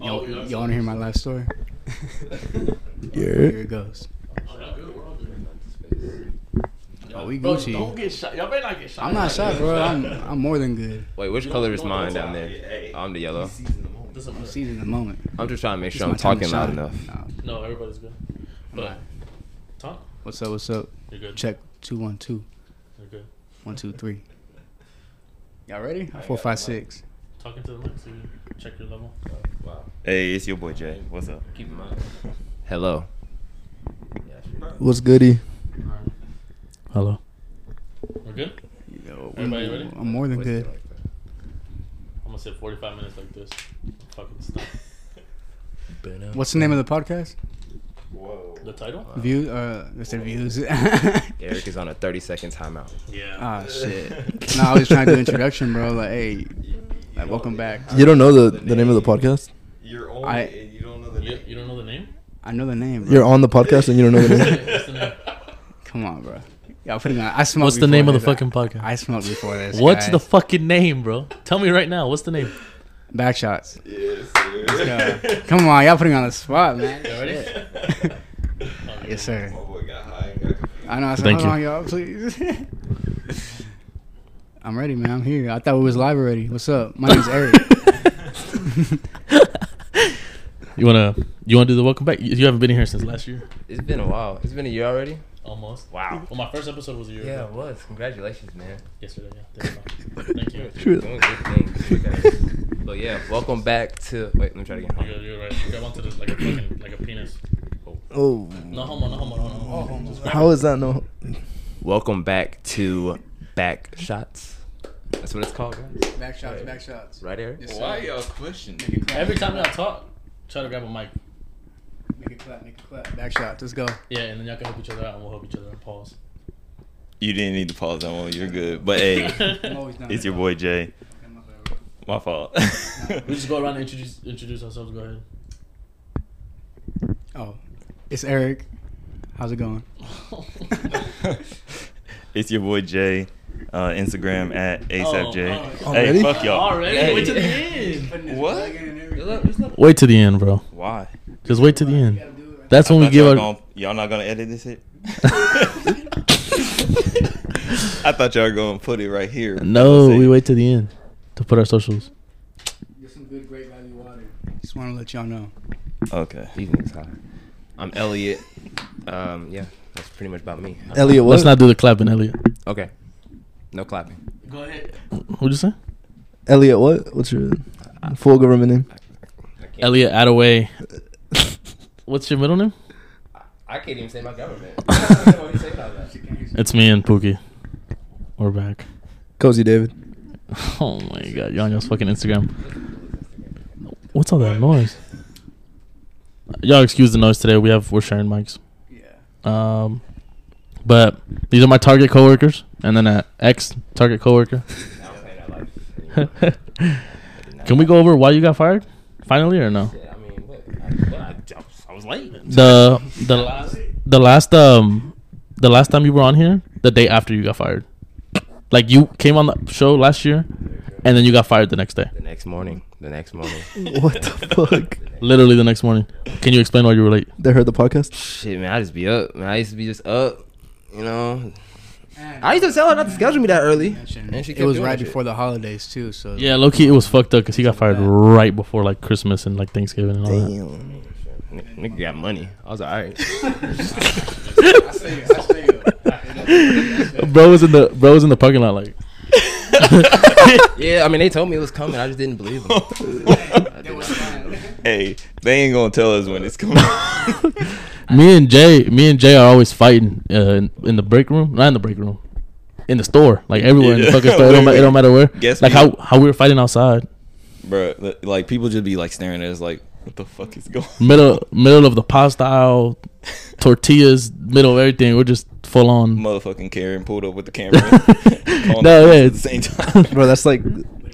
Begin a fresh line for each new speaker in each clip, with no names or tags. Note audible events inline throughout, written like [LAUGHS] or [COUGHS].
Y'all,
Oh, yeah, that's
y'all want to hear my life story?
[LAUGHS]
Here
Yeah.
it goes.
Oh, y'all good. We're all good.
Oh, we
Bro,
Gucci.
don't get shot. Y'all better not get shot.
I'm not shy, bro. I'm, I'm more than good.
Wait, which color is mine down there? I'm the yellow.
This
I'm
is-
seizing the moment.
I'm just trying to make
It's
sure
my
I'm
time to
talking loud
shine.
enough.
Nah,
[LAUGHS] No, everybody's good.
I'm
But
not.
Tom,
What's up? What's up?
you're good.
Check two one two
You're good.
one two three. Y'all ready? Four five six.
Talking to the mic so you can check your level.
Hey, it's your boy Jay. What's up?
Keep in mind. Hello.
What's goody?
Hello. We're good.
Yo, we-
Everybody ready?
I'm more than good.
I'm gonna sit 45 minutes like this. Fucking stop.
What's the name of the podcast?
Whoa.
The title?
View. Uh, I said views. [LAUGHS]
Eric is on a 30 second timeout.
Yeah.
Ah shit. No, I was trying to do introduction, bro. Like, hey, like, welcome back.
You don't know the, the name of the podcast?
You're only
I-
and you don't know the
you,
name.
you don't know the name?
I know the name. Bro.
You're on the podcast and you don't know the
[LAUGHS]
name.
What's the name?
Come on, bro. Y'all putting on. I smoked.
What's the
before
name of the
this.
fucking podcast?
I, I smoked before this.
What's the
guys.
fucking name, bro? Tell me right now. What's the name?
back shots?
[LAUGHS] Yes. [LAUGHS]
Yeah. Come on, y'all putting me on the spot, man.
ready?
Shit.
[LAUGHS]
yes, sir.
My boy got high and got confused.
I know. I said,
Thank
Hold on, y'all, please. I'm ready, man. I'm here. I thought we was live already. What's up? My
[LAUGHS]
name's Eric.
You wanna you wanna do the welcome back? You, you haven't been here since last year.
It's been a while. It's been a year already?
Almost.
Wow.
Well, my first episode was a year
Yeah, it
ago.
was. Congratulations, man.
Yesterday, yeah. There you go. Thank you.
You're doing good things. because- But yeah, welcome back to. Wait, let me try it
You
again.
go- You're right. Grab onto this like a fucking like a penis.
Oh,
No homo, no homo, no homo. Oh, homo.
how is that? No.
Welcome back to Back Shots. That's what it's called, right?
back shots. Back shots.
Right, Eric?
Yes, sir.
Why y'all question?
Make it clap.
Every time y'all talk, try to grab a mic.
Make it clap. Make it clap. Back shots. Let's go.
Yeah, and then y'all can help each other out, and we'll help each other. out. Pause.
You didn't need to pause that one. You're good. But
[LAUGHS]
hey,
I'm always down
it's
there.
your boy Jay.
Okay, my bad, bro.
My fault.
we just go around and introduce introduce ourselves. Go ahead.
Oh, it's Eric. How's it going?
[LAUGHS] it's your boy Jay. Uh, Instagram at ASAPJ.
oh,
hey,
already?
fuck y'all.
Already?
Hey.
Wait to the end.
What?
Wait to the end, bro.
Why?
Just wait to the end. That's when we
Thought
give
y'all,
our.
gonna, y'all not gonna edit this shit? [LAUGHS] I thought y'all were gonna put it right here.
No, we wait to the end to put our socials.
Get some good, great value water. Just want to let y'all know.
[LAUGHS]
Okay. [LAUGHS]
These niggas high. I'm Elliot. Um, yeah, that's pretty much about me.
Elliot, what?
Let's not do the clapping, Elliot.
Okay. No clapping.
Go ahead. What'd you say?
Elliot, what? What's your full government name?
Elliot Attaway. [LAUGHS] What's your middle name?
I can't even say my [LAUGHS] government. I don't know what to say about that.
It's me and Pookie. We're back.
Cozy David.
[LAUGHS] Oh my god, you're on your fucking Instagram. What's all that noise? Y'all excuse the noise today. We have we're sharing mics.
Yeah.
Um, but these are my target coworkers, and then an ex target [LAUGHS] coworker.
I don't say that like [LAUGHS]
Can we go over why you got fired? Finally, or no?
I mean, what? I, what I, I was late.
The
[LAUGHS]
the last the last um the last time you were on here, the day after you got fired, like you came on the show last year, and then you got fired the next day,
The next morning. The next [LAUGHS] morning.
What the
[LAUGHS]
fuck?
literally the next morning. Can you explain why you were late?
They heard the podcast?
Shit, man, I just be up. Man, I used to be just up. You know, I
uh,
used to tell her not to schedule me that early, and she
it was
doing
right
shit.
before the holidays too. So
Yeah, low key, it was fucked up because he got fired right before like Christmas and like Thanksgiving and all that.
Damn.
N- Nigga got money. I was [LAUGHS] alright.
Bro was in the bro was in the parking lot like.
[LAUGHS]
[LAUGHS]
yeah, I mean, they told me it was coming. I just didn't believe them.
Hey, they ain't gonna tell us when it's coming. [LAUGHS]
Me and Jay, me and Jay are always fighting uh, in, in the break room, not in the break room, in the store, like everywhere in the
Yeah. [LAUGHS]
fucking store. It don't, ma- it don't matter where.
Guess
like
we-
how how we were fighting outside,
Bro, li- like people just be like staring at us like, what the fuck is going on?
middle middle of the pasta aisle, tortillas, middle of everything. We're just full on.
Motherfucking Karen pulled up with the
[LAUGHS]
camera. [LAUGHS] Calling
No,
the
yeah,
police at the same time. [LAUGHS]
Bro, that's like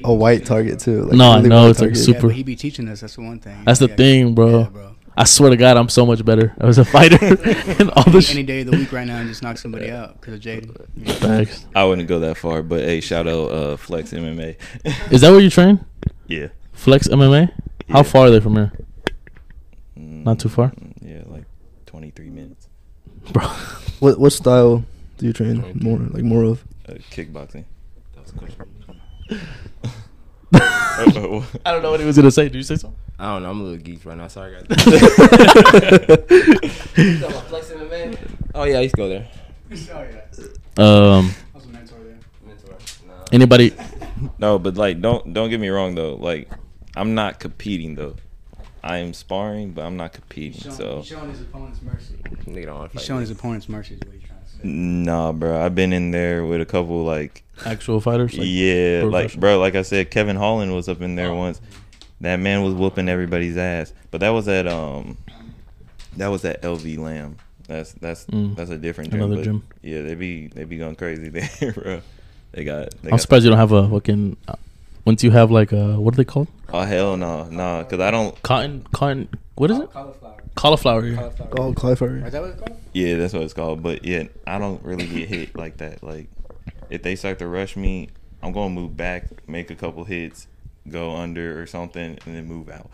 a white target, too. Like
No, I know,
white
it's like
target.
super-
but he be teaching us. That's the one thing.
That's the
Yeah,
thing, bro.
yeah, bro.
I swear to God, I'm so much better as
[LAUGHS]
a fighter [LAUGHS] and all the
Any, any
shit.
day of the week right now, and just knock somebody out because of Jaden. [LAUGHS]
Facts.
I wouldn't go that far, but hey, shout out uh, Flex MMA.
Is that where you train?
yeah.
Flex MMA. How far are they
[LAUGHS]
from here? [LAUGHS] Not too far?
Mm, Yeah, like 23 minutes. [LAUGHS]
Bro.
What what style do you train more like more of?
Uh, kickboxing. [LAUGHS]
That was a question.
Uh, uh, what?
I don't know what he was going to say. Did you say something?
[LAUGHS]
[LAUGHS]
I don't know. I'm a little geeked right now. Sorry, [LAUGHS] guys. oh yeah, I used to go there.
Um,
Mentor. Nah.
anybody? [LAUGHS]
no, but like, don't don't get me wrong though. Like, I'm not competing though. I am sparring, but I'm not competing. So,
showing his opponent's mercy.
Nigga don't want to
He's
fight.
showing
me.
his opponent's mercy. Is what he's trying to say.
nah, bro. I've been in there with a couple like,
Actual fighters? Like,
yeah, like
professional.
bro, like I said, Kevin Holland was up in there once. That man was whooping everybody's ass. But that was at um, that was at LV Lamb. That's that's
Mm.
that's a different gym,
Another
but
gym.
Yeah, they be they be going crazy [LAUGHS] there, bro. They got. They
I'm
got
surprised you don't have a fucking. Uh, once you have like a what are they called?
Oh hell no, no, cause I don't.
Cotton, cotton. What is it?
Cauliflower.
Cauliflower. ear.
Cauliflower.
Oh, Clyfire.
Is that what it's called?
Yeah, that's what it's called. But yeah, I don't really get hit like that. Like if they start to rush me, I'm gonna move back, make a couple hits, go under or something, and then move out.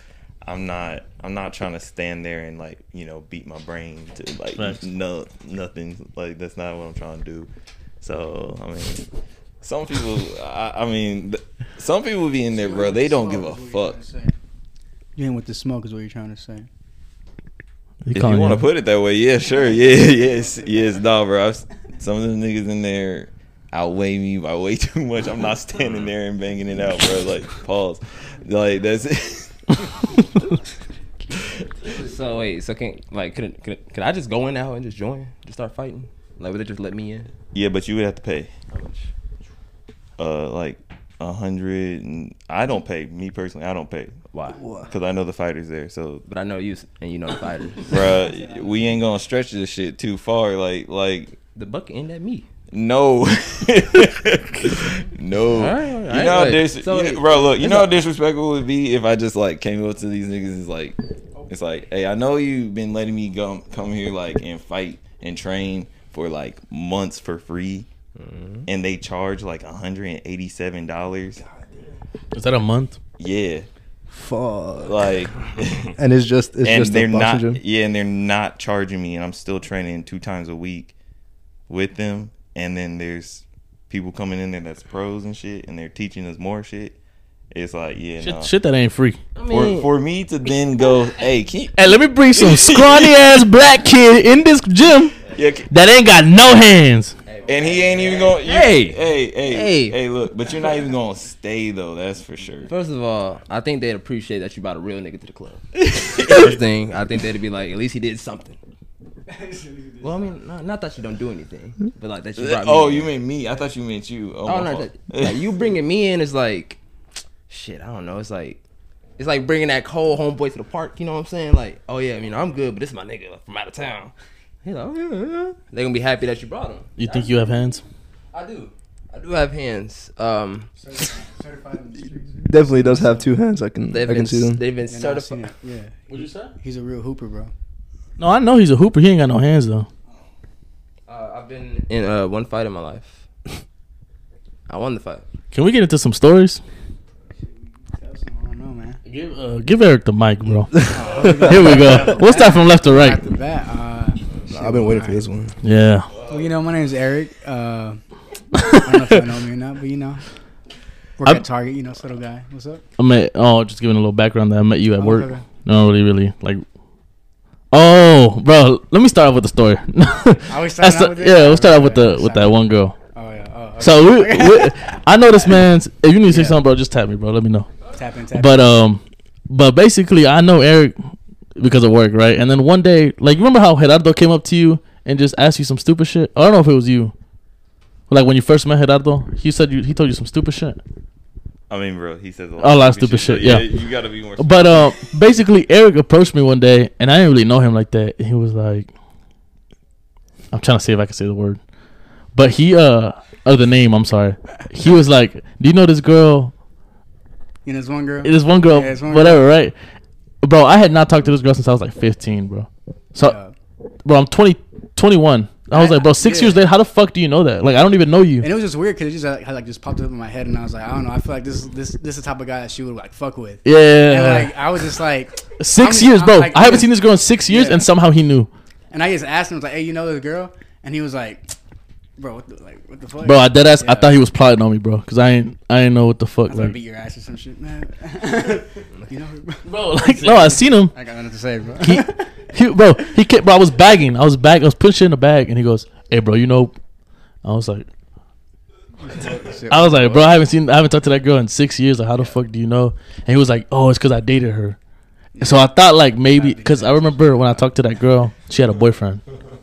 I'm not. I'm not trying to stand there and like you know beat my brain to like
Facts.
no nothing. Like that's not what I'm trying to do. So I mean, some people. I, I mean, th- some people be in there, bro. They don't give a fuck.
You ain't with the smoke is what you're trying to say.
He
If you
calling
want to put it that way, yeah, sure, yeah, [LAUGHS] yes, yes, nah, bro. I've, s- some of them niggas in there outweigh me by way [LAUGHS] too much. I'm not standing there and banging it out, bro. Like pause, like that's it.
[LAUGHS] So wait, so can like can can can I just go in now and just join, just start fighting? Like would they just let me in?
yeah, but you would have to pay,
How much?
uh, like a hundred. and- I don't pay. Me personally, I don't pay
Why?
because I know the fighters there. So,
But I know you s- and you know the fighters.
bro, we ain't gonna stretch this shit too far. Like, like
The buck end at me.
No, [LAUGHS] no.
All right, all
you
right,
know, how
like,
dis-
so
you
it-
know- bro. Look, you
it's
know how
a-
disrespectful it would be if I just like came up to these niggas. and It's like, it's like, hey, I know you've been letting me go come here like and fight and train for like months for free,
Mm-hmm.
and they charge like hundred and eighty-seven dollars.
Is that a month?
Yeah,
[LAUGHS]
Fuck.
like, [LAUGHS]
And it's just it's
and
just
they're
a boxing
not.
gym.
Yeah, and they're not charging me, and I'm still training two times a week with them. And then there's people coming in there that's pros and shit, and they're teaching us more shit. It's like, yeah,
Shit,
no.
shit that ain't free.
I
For, for me to then go, hey, can you,
Hey, let me
[LAUGHS]
bring some scrawny ass black kid in this gym
yeah, can-
that ain't got no hands.
and he ain't even going. to
Hey.
hey, hey,
Hey.
hey, look, but you're not even gonna stay though. That's for sure.
First of all, I think they'd appreciate that you brought a real nigga to
[LAUGHS]
the club. First thing, I think they'd be like, at least he did something. Well, I mean, not, not that you don't do anything, but like that you brought me.
Oh,
in.
you mean me? I thought you meant you. Oh,
I
my
don't know.
fault.
that- like,
[LAUGHS]
you bringing me in is like, shit. I don't know. It's like, it's like bringing that cold homeboy to the park. You know what I'm saying? Like, oh yeah, I mean, I'm good, but this is my nigga like, from out of town. He's like, oh, yeah, yeah. they gonna be happy that you brought him.
You think you have hands?
I do. I do have hands. Um,
Certified in the streets.
Definitely does have two hands. I can I
they've been
can see them.
they've been
Yeah, nah, I've seen
certified.
it. Yeah,
What'd you say?
he's a real hooper, bro.
No, I know he's a hooper. He ain't got no hands though.
Uh, I've been in uh, one fight in my life. [LAUGHS] I won the fight.
Can we get into some stories?
Tell us something. I don't know, man.
Give, uh, give Eric the mic, bro.
[LAUGHS]
[LAUGHS]
[LAUGHS] Here we go. We'll start from left to right.
Right the bat. Uh, shit,
I've been waiting for
alright.
this one.
Yeah.
Well, you know, my name is Eric. Uh, I don't know if you know me or not, but you know, work
I'm-
at Target. You know, this little guy. What's up?
[LAUGHS] I met. Oh, just giving a little background. That I met you at
Oh,
work.
okay.
No, really, really. Like, oh, bro. Let me start off with the story.
Are
[LAUGHS]
we starting
That's
out
the,
with this?
yeah, we'll start out with
Okay,
the with
sorry.
that one girl.
Oh yeah. Oh, okay.
So we, we, I know this
[LAUGHS]
man's. If you need to say something, bro, just tap me, bro. Let me know.
tap in, tap
But um, but basically, I know Eric because of work, right? And then one day, like, you remember how Gerardo came up to you and just asked you some stupid shit? I don't know if it was you. Like when you first met Gerardo, he said you he told you some stupid shit.
I mean, bro, he says a lot,
A lot of stupid
so
shit, yeah.
you gotta be more.
But uh, basically, Eric approached me one day, and I didn't really know him like that. And he was like, "I'm trying to see if I can say the word," but he uh, or the name. I'm sorry. He was like, "Do you know this girl?
You know, this one girl.
It is one girl,
Yeah, it's one
whatever, right?" Bro, I had not talked to this girl since I was like 15, bro. So,
girl.
bro, I'm 20, 21. I was like, bro, six
Yeah.
years later, how the fuck do you know that? Like, I don't even know you.
And it was just weird because it just like, had, like just popped up in my head, and I was like, I don't know. I feel like this this this is the type of guy that she would like fuck with. And
Yeah,
like I was just
[LAUGHS]
like
6
I'm-
years,
I'm
bro.
like-
I haven't seen this girl in six years,
Yeah.
and somehow he knew,
And I just asked him, I was like, "Hey, you know this girl?" And he was like, "Bro, what the, like, what the fuck?"
bro. I dead ass. I
Yeah.
thought he was plotting on me, bro, because I ain't, I ain't know what the
I
fuck,
was like,
like,
beat your ass or some shit, man. [LAUGHS] you know, bro.
bro. [LAUGHS] Like, no, I seen him.
I got nothing to say, bro.
He, he, bro, he kept, bro. I was bagging. I was bag. I was putting shit in the bag, and he goes, "Hey, bro, you know." I was like,
[LAUGHS] Shit,
I was like, bro, I haven't seen, I haven't talked to that girl in six years. Like, how the fuck do you know? And he was like, oh, it's because I dated her. So I thought like maybe because I remember when I talked to that girl, she had a boyfriend.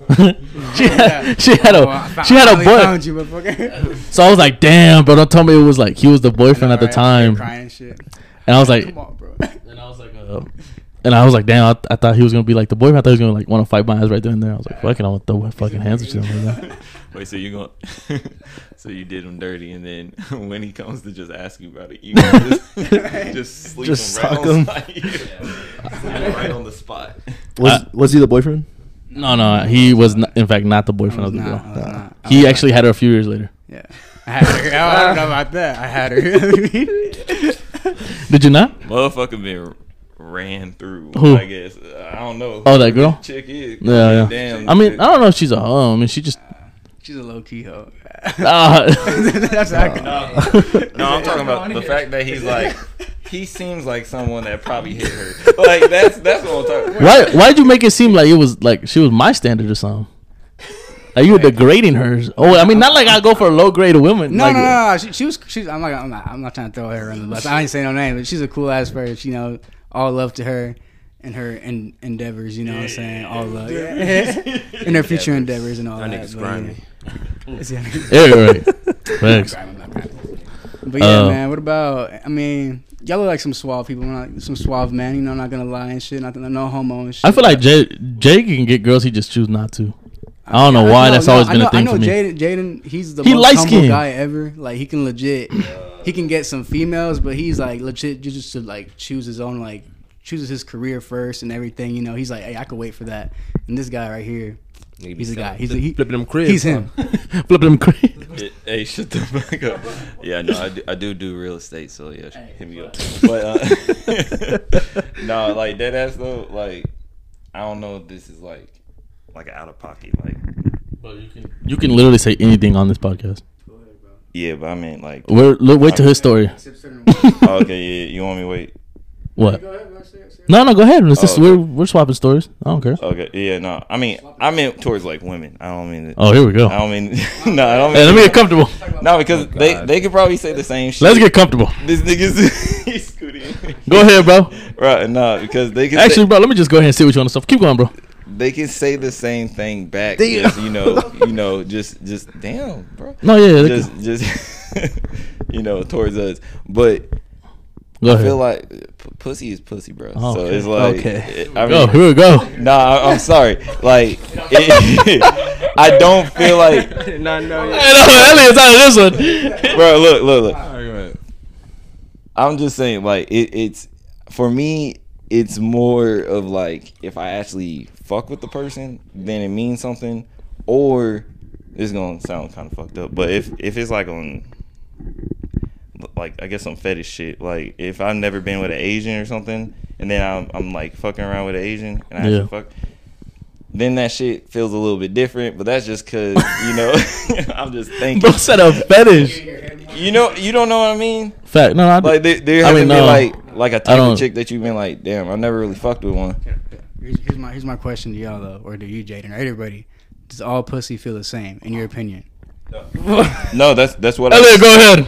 uh,
[LAUGHS]
she, had, she had
Oh, I
a
fi-
she had
I
a
finally
boy.
Found you, motherfucker.
So I was like, damn, bro, don't tell me it was like he was the boyfriend
[LAUGHS]
at the
Alright,
time.
Crying and shit.
And I was like,
Come on, bro. [LAUGHS]
and I was like, uh, and I was like, damn, I, th- I thought he was gonna be like the boyfriend. I thought he was gonna like want to fight my ass right then and there. I was like, fucking, I want to throw my fucking hands at you. Like
[LAUGHS]
that.
Wait, so you going [LAUGHS] so you did him dirty, and then [LAUGHS] when he comes to just ask you about it, you
[LAUGHS]
just just sleep
Just
him right
sock
on [LAUGHS]
him.
sight. Sleep him right on the spot.
Was
Uh,
was he the boyfriend?
No, no, he was not, in fact not the
I
boyfriend
was
of the
not, I
girl.
was not. I
He
was-
actually had her a few years later.
Yeah. I had her. I don't know about that. I had her.
Did you not?
Motherfucker been ran through.
Who?
I guess I don't know.
Oh, that
who
girl?
this Chick is.
Yeah, yeah.
Damn.
I
[LAUGHS]
mean, I don't know if she's a hoe. I mean, she just.
She's a low key [LAUGHS] hoe.
Ah.
Uh, That's what I can.
[LAUGHS]
[LAUGHS]
No, I'm talking about the fact that he's like. He seems like someone that probably hit her. Like that's that's what I'm talking. about.
Why? Why'd you make it seem like it was like she was my standard or something? Like you were degrading hers. Oh, I mean, not like I go for low grade women.
No,
like,
no, no, no. She, she was. She's. I'm not. I'm not. I'm not trying to throw her under the bus. I ain't saying no name, but she's a cool ass person. You know, all love to her and her en- endeavors. You know what I'm saying? All love. [LAUGHS] Yeah. and her future endeavors and all
That
that.
nigga's
but,
grimy.
yeah. It's- yeah.
Yeah, you're right. Thanks.
I'm not grimy. But yeah,
Uh,
man. What about? I mean, y'all look like some suave people. Not, some suave men. You know, not gonna lie and shit. Not gonna no homo and shit.
I feel like Jay Jay can get girls. He just choose not to. I don't know
Yeah,
why.
no,
That's
no,
always
I
been
know,
a thing
I know
for me. [LAUGHS]
Jaden, Jaden, he's the
He
most
light-skinned.
humble guy ever. Like he can legit, he can get some females, but he's like legit. You just to like choose his own like chooses his career first and everything. You know, he's like, hey, I could wait for that. And this guy right here, he's a guy. He's a, he,
flipping them cribs.
he's him.
Flip them crazy.
Yeah, Hey, shut the fuck up. Yeah, no, I do, I do do real estate, so yeah, hit me up. But uh, [LAUGHS] no, like that ass though, like I don't know if this is like like out of pocket, like
You can literally say anything on this podcast.
yeah, but I mean like
We're, look, wait till his story.
Oh, okay, yeah, you want me to wait?
[LAUGHS] What? No, no, go ahead. It's just,
Oh,
we're, we're swapping stories. I don't care.
Okay, yeah, no, I mean I meant towards like women. I don't mean it.
Oh, here we go.
I don't mean [LAUGHS] no, I don't mean
Hey, let me get comfortable.
no because they they could probably say the same shit.
Let's get comfortable.
this nigga's [LAUGHS] he's scooting.
Go ahead, bro.
Right, no, because they can
Actually, bro, let me just go ahead and see what you want to stuff. Keep going, bro.
they can say the same thing back.
Damn.
Just, you know, you know, just just damn, bro.
No, yeah, they
just just [LAUGHS] you know, towards us. But
Go
I
ahead.
feel like p- pussy is pussy, bro.
Oh,
so
okay.
it's like,
Okay.
I
go,
mean,
here we
[LAUGHS]
go.
nah, I, I'm sorry. Like, [LAUGHS] it, I don't feel like,
[LAUGHS] I did not know.
Hey, no, Elliot's out of this one.
[LAUGHS] bro. Look, look, look. I'm just saying, like, it, it's for me, it's more of like if I actually fuck with the person, then it means something. Or it's gonna sound kind of fucked up, but if if it's like on, like I guess some fetish shit, like if I've never been with an Asian or something, and then I'm I'm like fucking around with an Asian and I actually
Yeah.
fuck. Then that shit feels a little bit different, but that's just cause you know [LAUGHS] I'm just thinking.
Bro said a fetish.
You know, you don't know what I mean.
Fact. No, no, I,
Like there, there
I
hasn't
mean,
been
no.
like like a type
don't-
of chick that you've been like, damn, I never really fucked with one.
Here's, here's my here's my question to y'all though, or to you, Jaden, or everybody. Does all pussy feel the same in your opinion?
No, that's that's what.
Elliot, go ahead.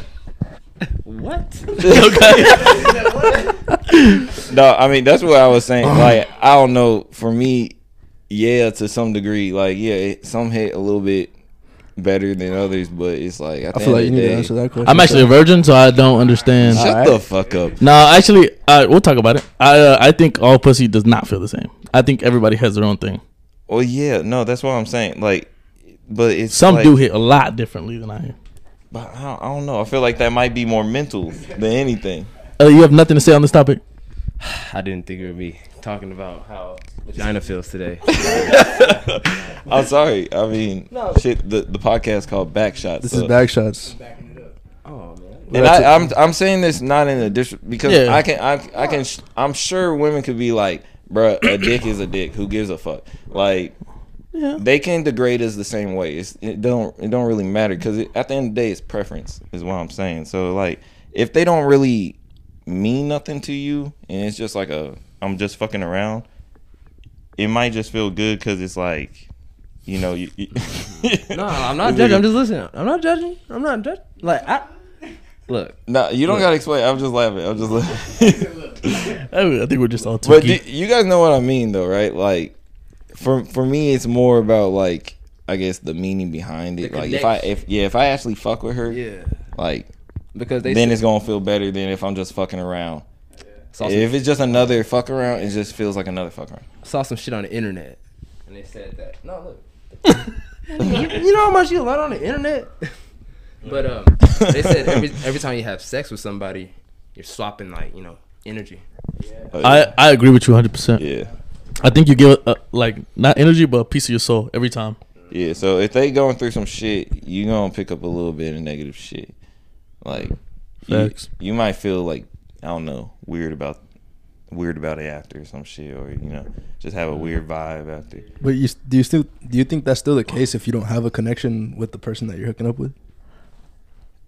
[LAUGHS]
No, I mean that's what I was saying. Like I don't know. For me, yeah, to some degree, like yeah, it, some hit a little bit better than others, but it's like I,
I feel like you need to answer
that.
that question.
I'm actually a virgin, so I don't understand.
Shut
Alright.
the fuck up.
No, actually, uh, we'll talk about it. I uh, I think all pussy does not feel the same. I think everybody has their own thing.
Well, yeah, no, that's what I'm saying. Like, but it's
Some
like,
do hit a lot differently than I hear.
But I don't, I don't know. I feel like that might be more mental than anything.
Uh, you have nothing to say on this topic?
I didn't think it would be talking about how vagina feels today.
I'm Oh, sorry. I mean,
No.
shit. The, the podcast called Back Shots.
This
so-
is back shots.
Backing it up.
oh man.
And I, I'm I'm saying this not in a dis because
Yeah.
I can I, I can sh- I'm sure women could be like, bruh, a dick is a dick. Who gives a fuck? Like,
Yeah.
they can degrade us the same way. It's, it don't it don't really matter because at the end of the day, it's preference is what I'm saying. So like, if they don't really mean nothing to you, and it's just like a I'm just fucking around, it might just feel good because it's like, you know, you,
[LAUGHS]
you
[LAUGHS]
[LAUGHS]
No, I'm not judging. I'm just listening. I'm not judging. I'm not judging. Like I [LAUGHS] look.
no, you don't gotta explain. I'm just laughing. I'm just laughing. [LAUGHS]
I think we're just all too
But do, you guys know what I mean, though, right? Like, for for me, it's more about like I guess the meaning behind it.
The
like, if I if yeah, if I actually fuck with her,
[LAUGHS] Yeah.
like
Because they
then
said-
it's gonna feel better than if I'm just fucking around.
saw, some,
If it's just another fuck around, it just feels like another fuck around.
saw some shit on the internet, and they said that. No, look. you, [LAUGHS] you know how much you learn on the internet. [LAUGHS] but um, they said every every time you have sex with somebody, you're swapping like you know energy.
I, I agree with you 100%.
yeah,
I think you give, uh, like, not energy, but a piece of your soul every time.
yeah. So if they going through some shit, you gonna pick up a little bit of negative shit. Like, you,
Facts.
you might feel like I don't know weird about weird about it after or some shit, or you know, just have a weird vibe after.
But you do you still do you think that's still the case if you don't have a connection with the person that you're hooking up with?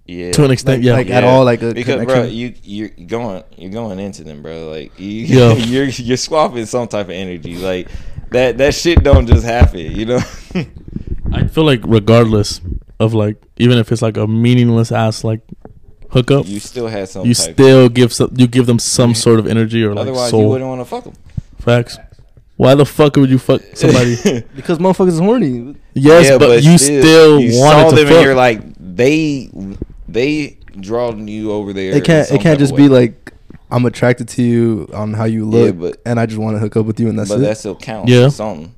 Yeah.
To an extent,
Like-
yeah.
like- at all, a
because bro,
connection?
you you're going you're going into them, bro. Like you, [LAUGHS]
Yeah.
you're you're swapping some type of energy. Like that that shit don't just happen, you know. [LAUGHS]
I feel like regardless of, like, even if it's, like, a meaningless ass, like, hookup,
you
you,
still had some. type
still give some, you give them some sort of energy or, like,
Otherwise, you
soul.
wouldn't want to fuck them.
Facts. Why the fuck would you fuck
[LAUGHS]
somebody? [LAUGHS]
Because motherfuckers is horny.
yes, but, you still,
you
wanted
saw
to
them,
fuck.
and you're like they they drawn you over there.
It can't
in
it
some
can't
type
just
of
be
way.
like I'm attracted to you on how you
Yeah,
look,
but-
and I just want to hook up with you, and that's
but
it.
that still counts.
Yeah.
as Something.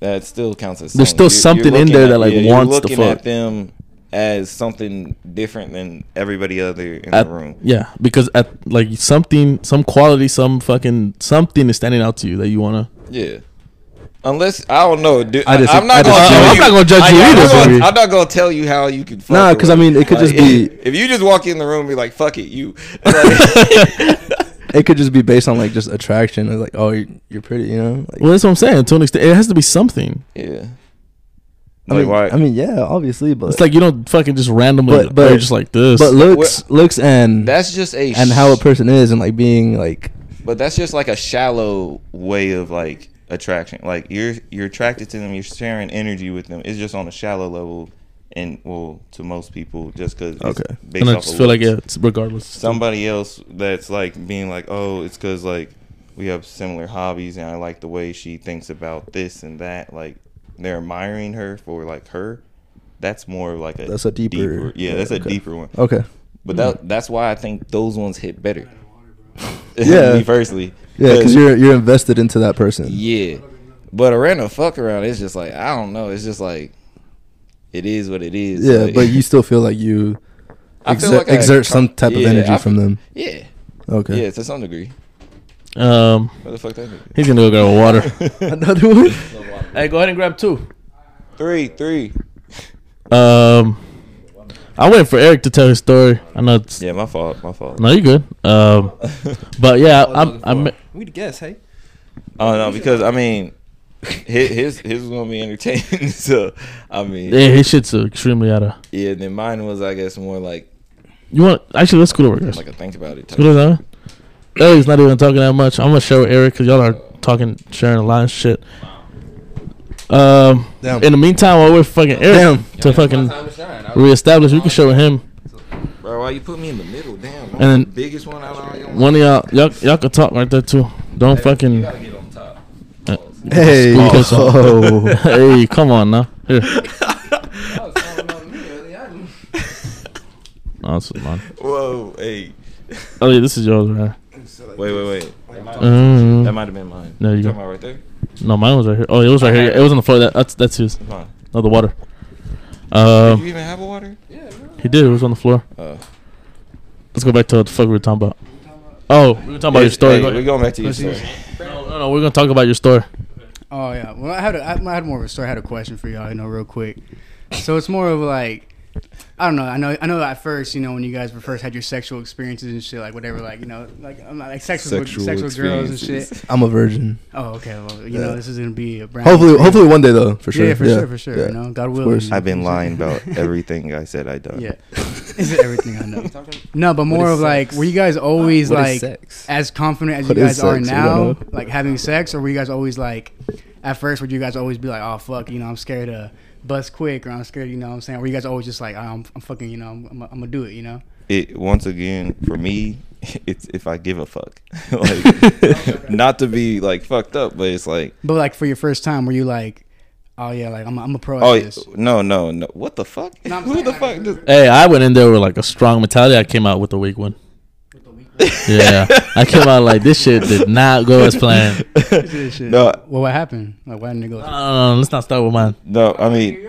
That still counts as.
There's
something.
still something in
looking
there that, like, wants
you're
to
looking
fuck.
at them as something different than everybody other in
At-
the room.
Yeah, because at like something, some quality, some fucking something is standing out to you that you wanna.
Yeah. Unless I don't know, dude.
I
I
dis-
am not
I
gonna.
disagree.
tell
I'm
you-
not gonna judge
I-
you
I'm
either,
not gonna-
Bobby.
I'm not gonna tell you how you can. Fuck
Nah, 'cause, I mean, it could
Like,
just be-
if, if you just walk in the room and be like, "Fuck it,
[LAUGHS]
you." [LAUGHS] Like,
it could just be based on like just attraction. It's like, oh, you're, you're pretty, you know. Like,
Well, that's what I'm saying. To an extent, it has to be something.
yeah.
I
Like,
mean,
why-
I mean, yeah, obviously, but
It's like you don't fucking just randomly.
But- but-
you're just like this.
but looks, looks, and
That's just a
and how a
sh-
person is, and like being like,
but that's just like a shallow way of like attraction. Like you're you're attracted to them, you're sharing energy with them. It's just on a shallow level, and well, to most people, just because
Okay.
based
and I
off
just
of
feel like
looks.
yeah, it's regardless.
somebody else that's like being like, oh, it's because like we have similar hobbies and I like the way she thinks about this and that. Like they're admiring her for like her. That's more of like a
That's a deeper-
yeah, that's a
okay.
deeper one.
okay,
But that that's why I think those ones hit better.
Yeah.
[LAUGHS] me personally.
yeah,
But-
because you're you're invested into that person.
yeah. But a random fuck around, it's just like I don't know. It's just like it is what it is.
yeah,
Like,
but
[LAUGHS]
you still feel like you
I feel
exer-
like I-
exert some type
Yeah,
of energy
I-
from them.
yeah,
Okay,
yeah, to some degree.
Um,
What the fuck that? nigga?
he's gonna go grab a water.
[LAUGHS]
[LAUGHS] another one.
hey, go ahead and grab two.
Three, three.
Um, I waited for Eric to tell his story. I know. It's,
Yeah, my fault. My fault.
No, you're good. Um, but yeah,
I was
Uh, I'm.
looking
I'm.
for. we could guess. Hey,
[LAUGHS] Oh no, because I mean, his his, his was gonna be entertaining. [LAUGHS] So I mean,
Yeah, his shit's extremely out of.
yeah. Then mine was, I guess, more like
You want actually? Let's go to work. guys.
like a think about it. Type.
Good enough. Eric's not even talking that much. I'm gonna share with Eric because y'all are talking, sharing a lot of shit. Um,
Damn.
in the meantime, while we're fucking Eric
Damn.
to fucking reestablish, we can share with him.
Bro, why you put me in the middle? Damn, I'm
And
the biggest one out of all your [LAUGHS]
One of y'all, y'all, y'all could talk right there too. Don't
You
fucking.
gotta get on top.
[LAUGHS]
Hey,
Squeeze this
[LAUGHS]
one. [LAUGHS]
oh,
hey, come on now. Here. Awesome, man.
Whoa, hey.
Oh yeah, this is yours, right?
Wait, wait, wait. That
Mm.
might have been mine.
There you go.
Talking about right there.
No, mine was right here. Oh, it was right here. Yeah, It was on the floor. That, that's that's his.
Come on.
No, the water.
Do you
Um,
even have a water?
he did. It was on the floor.
Oh.
Let's go back to what the fuck we were talking about.
We talking about-
Oh, we were talking about your story. Go
Hey, we're
ahead.
going back to your story.
no, no, no, we're gonna talk about your store.
Oh yeah. Well, I had a, I, I had more of a story. I had a question for y'all, you know, real quick. So it's more of like, I don't know. I know. I know. At first, you know, when you guys were first had your sexual experiences and shit, like whatever, like you know, like I'm not like sex with
Sexual
sex with girls and shit.
experiences.
I'm a virgin.
Oh, okay. Well, you know, this is gonna be a brand. new
Hopefully,
experience.
hopefully one day though, for sure.
Yeah, for sure, for sure. You know, God willing.
course.
I've been lying about everything I said I done.
[LAUGHS] Yeah, it's everything I know. No, but more
is
of like, were you guys always
What is
like
sex?
as confident as
What
you
is
guys are
sex? We don't
now,
know.
like having sex, or were you guys always like, at first, would you guys always be like, oh fuck, you know, I'm scared to bust quick, or I'm scared, you know, what I'm saying, were you guys always just like, "Oh, I'm, I'm fucking, you know, I'm, I'm, gonna do it, you know?
It once again for me, [LAUGHS] it's if I give a fuck. [LAUGHS]
[LAUGHS]
like not to be like fucked up, but it's like
But like for your first time, were you like, oh yeah, like I'm, I'm a pro at
oh
this?
no no no what the fuck
No, I'm
who
saying,
the
like-
fuck does-
Hey, I went in there with like a strong mentality. I came out with a weak one. yeah, I came out like this shit did not go as [LAUGHS] planned.
This shit.
No.
Well, what happened? Like, why didn't it go?
No, no, no, let's not start with mine.
no I mean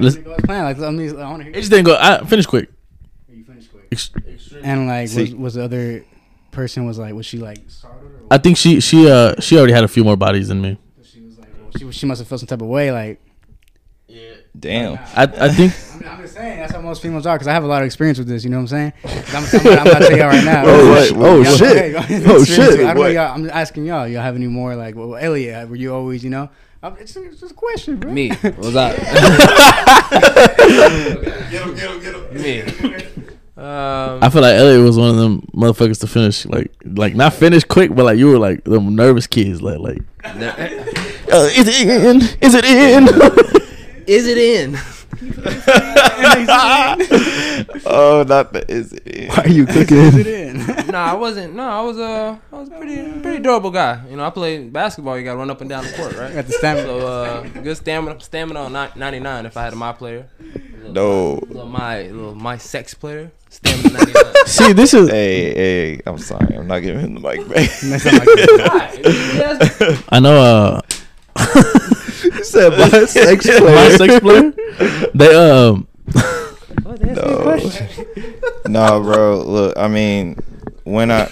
Let's go as planned. Like, let me, I want to
It
hear
just didn't go. I finish quick.
you finish quick.
Ex-
And like, was,
See-
was the other person was like, was she like startled or
I think she she uh she already had a few more bodies than me.
what? She was like, well, she was- she must have felt some type of way. Like,
damn
I I think
I'm, I'm just saying that's how most females are because I have a lot of experience with this. You know what I'm saying? 'Cause I'm, I'm, I'm not telling y'all right now.
[LAUGHS] Oh,
Wait,
[LAUGHS]
shit.
wait,
oh
wait.
Y'all-
shit!
okay,
Oh
seriously,
shit!
I don't know
What?
y'all. I'm asking y'all. Y'all have any more like, well, Elliot, were you always, you know? I'm, it's, it's just a question, bro. [LAUGHS]
[LAUGHS] Me. What was I? [LAUGHS] Me. Um,
I feel like Elliot was one of them motherfuckers to finish like like not finish quick, but like you were like the nervous kids like like
[LAUGHS]
uh, is
[LAUGHS]
it in? Is it in?
is it in? [LAUGHS]
[LAUGHS]
[LAUGHS]
oh not the is it
Why are you
Sit
cooking?
in. [LAUGHS]
No, I wasn't. No, I was uh, I was a pretty pretty durable guy. You know, I played basketball. You got to run up and down the court, right?
Got the stamina.
So uh, good stamina, stamina on ni- 99. If I had a my player,
no
little my little my sex player, stamina 99. [LAUGHS]
See, this is
hey hey I'm sorry I'm not giving him the mic
[LAUGHS] That's
back
not like-
Alright, yes.
I know uh
[LAUGHS]
You said my
[LAUGHS]
sex
my
player.
sex player. They um
no Oh. no bro look I mean when I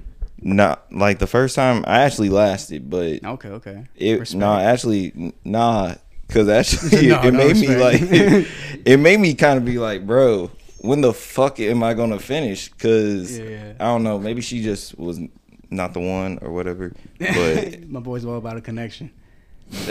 [COUGHS] not like the first time I actually lasted but
okay, okay.
It
Respect.
no, actually, nah,
[LAUGHS]
because actually,
No,
it
no
made me like,
respect. [LAUGHS]
it, made me kind of be like, bro, when the fuck am I gonna finish? Because
Yeah, yeah.
I don't know, maybe she just was not the one or whatever.
[LAUGHS]
But
my boy's all about a connection.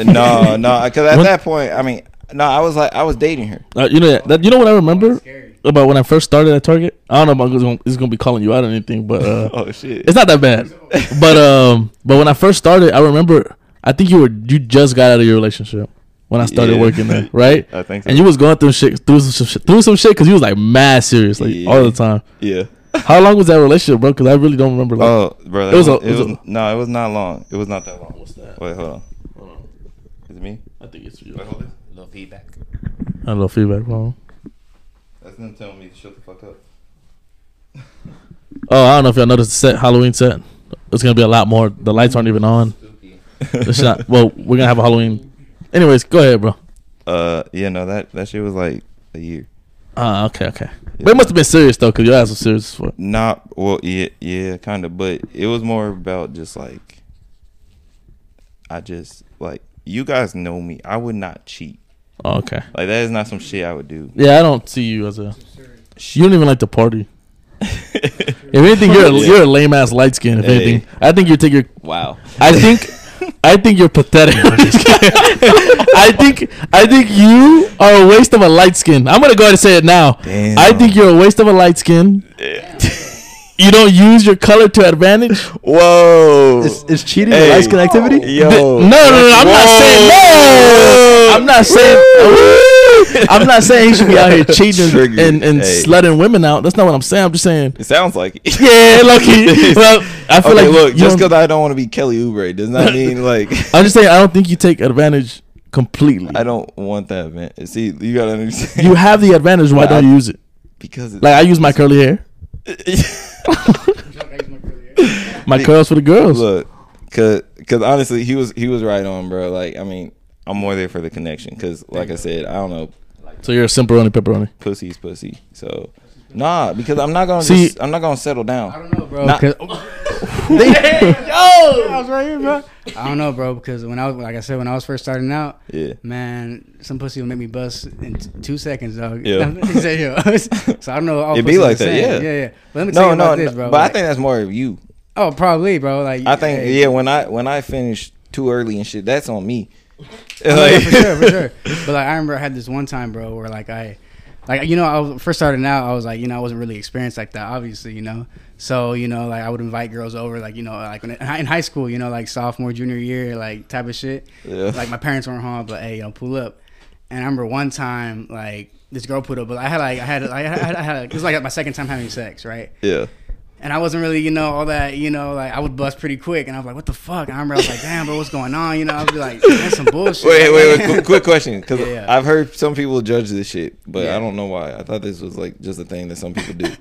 no, no, because at
When-
that point, I mean, no, I was like, I was dating her.
uh, you know that, that you know what I remember
Scary.
about when I first started at Target? I don't know if I'm gonna, it's gonna be calling you out or anything, but uh
[LAUGHS] Oh shit!
it's not that bad. But um, but when I first started, I remember I think you were you just got out of your relationship when I started
Yeah.
working there, right?
I think so.
And you was going through shit through some shit through some shit because you was like mad serious like
Yeah.
all the time.
yeah.
How long was that relationship, bro? Because I really don't remember. Like,
Oh, bro,
It
it
was
was,
a-
it
it was
was,
a-
no, it was not long. It was not that long.
What's that?
Wait, hold on. Is it me?
I think it's
Wait, hold this.
little feedback.
I love feedback. Bro.
That's them telling me to shut the fuck up.
Oh, I don't know if y'all noticed the set Halloween set. It's gonna be a lot more. The lights aren't even on. [LAUGHS] It's not. Well, we're gonna have a Halloween. Anyways, go ahead, bro.
[LAUGHS] Uh, yeah, no, that that shit was like a year.
Ah, okay, okay. But it must have been serious though, because your ass was serious as fuck.
Not well, yeah, yeah, kind of, but it was more about just like I just like you guys know me. I would not cheat.
Oh, okay.
Like that is not some shit I would do.
Yeah, I don't see you as a. You don't even like to party. [LAUGHS] If anything, [LAUGHS] you're a,
Yeah.
you're a lame ass light skin. If
Hey.
anything, I think you take your.
wow.
I think, I think you're [LAUGHS] pathetic. I'm just kidding. I think I think you are a waste of a light skin. I'm gonna go ahead and say it now.
Damn.
I think you're a waste of a light skin. You don't use your color to advantage.
Whoa.
Is, is cheating
Hey.
a light skin activity?
[LAUGHS] Yo.
No,
[LAUGHS]
no, no, I'm not saying no. I'm not saying. I'm not saying he should be out here cheating
Triggered.
and, and
Hey.
slutting women out. That's not what I'm saying. I'm just saying.
[LAUGHS] It sounds like it. [LAUGHS]
Yeah, lucky. Well, I feel
okay,
like
look,
you
just
don't-
because I don't want to be Kelly Oubre does
[LAUGHS]
not mean like
I'm just saying I don't think you take advantage completely.
I don't want that, man. See, you gotta understand.
You have the advantage. Why don't you use it?
because it's,
Like I use my
[LAUGHS]
curly hair, my curls for the girls.
Look, cause, cause honestly, he was he was right on, bro. Like, I mean, I'm more there for the connection, cause like I said, I don't know,
So you're a simperoni pepperoni.
pussy's pussy. So Nah, because I'm not gonna
See-
just, I'm not gonna settle down.
I don't know, bro.
Not-
'cause- [LAUGHS] I was right here, bro. I don't know, bro, because when I was, like I said, when I was first starting out,
Yeah.
man, some pussy would make me bust in t- two seconds, dog.
Yeah.
[LAUGHS] He said, "Yo." so I don't know. All
It be
pussies are
like
the
that,
same.
yeah.
yeah, yeah. But let me tell
No,
you
no,
about this,
no,
bro.
but I
Like-
think that's more of you.
oh, probably, bro. Like,
I think
hey,
yeah, when I when I finish too early and shit, that's on me.
Oh, [LAUGHS] yeah,
Like-
for sure,
[LAUGHS]
for sure. But like, I remember I had this one time, bro, where like I, like you know, I was first starting out. I was like, you know, I wasn't really experienced like that, obviously, you know. So you know, like I would invite girls over, like you know, like when, in hi- in high school, you know, like sophomore, junior year, like type of shit.
Yeah.
Like my parents weren't home, but hey, you know, pull up. And I remember one time, like this girl put up, but I had like I had I had, I had, I had it was like my second time having sex, right?
Yeah.
And I wasn't really, you know, all that, you know, like I would bust pretty quick. And I was like, what the fuck? And I remember I was like, damn, bro, what's going on? You know, I'd be like, that's some bullshit.
Wait, wait,
[LAUGHS]
wait. quick, quick question, because
Yeah, yeah.
I've heard some people judge this shit, but
Yeah.
I don't know why. I thought this was like just a thing that some people do.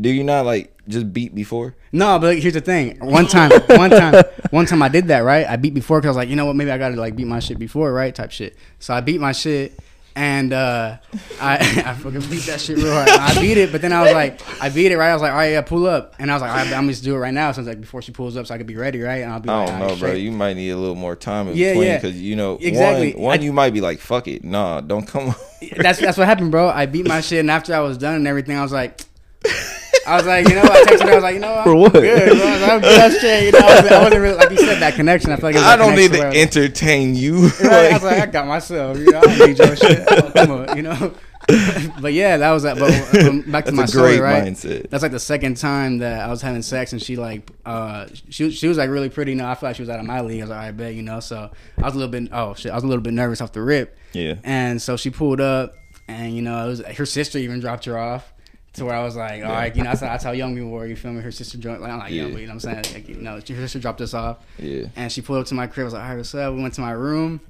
do you not like just beat before?
No, but here's the thing. One time, one time, one time I did that, right? I beat before because I was like, you know what? Maybe I got to like beat my shit before, right? Type shit. So I beat my shit and uh, I, [LAUGHS] I fucking beat that shit real hard. I beat it, but then I was like, I beat it, right? I was like, all right, yeah, pull up. And I was like, all right, I'm just do it right now. So I was like, before she pulls up, so I could be ready, right? And I'll be
I
like,
don't
all right,
know, bro.
straight.
You might need a little more time in
Yeah,
between
yeah.
because you know,
Exactly.
one, one
I-
you might be like, "Fuck it, nah, don't come." [LAUGHS] over."
that's that's what happened, bro. I beat my shit, and after I was done and everything, I was like, I was like, you know, I texted her, I was like, you know, I'm
For what?
good, bro. I was like, I'm good, that's shit. You know, I, was, I wasn't really like you said that connection. I feel like it was
I
that
don't need
connection
to
where I was like-
entertain you.
Right?
[LAUGHS]
I
Like-
was like, I got myself. You know, I don't need your shit. Oh, come on, you know. [LAUGHS] but yeah, that was that. But um,
[LAUGHS]
back to
That's
my
a
story,
great
right?
mindset.
That's like the second time that I was having sex, and she like, uh, she she was like really pretty. You know, I feel like she was out of my league. I was like, all right, bet, you know. So I was a little bit, oh shit, I was a little bit nervous off the rip.
Yeah.
And so she pulled up, and you know, it was her sister even dropped her off. To where I was like, all right, you know, that's how, that's how young we were. You feel me? Her sister joined, like, I'm like,
Yeah.
young, but you know what I'm saying? Like, you know, her sister dropped us off.
Yeah.
And she pulled up to my crib. I was like, all right, what's up? We went to my room.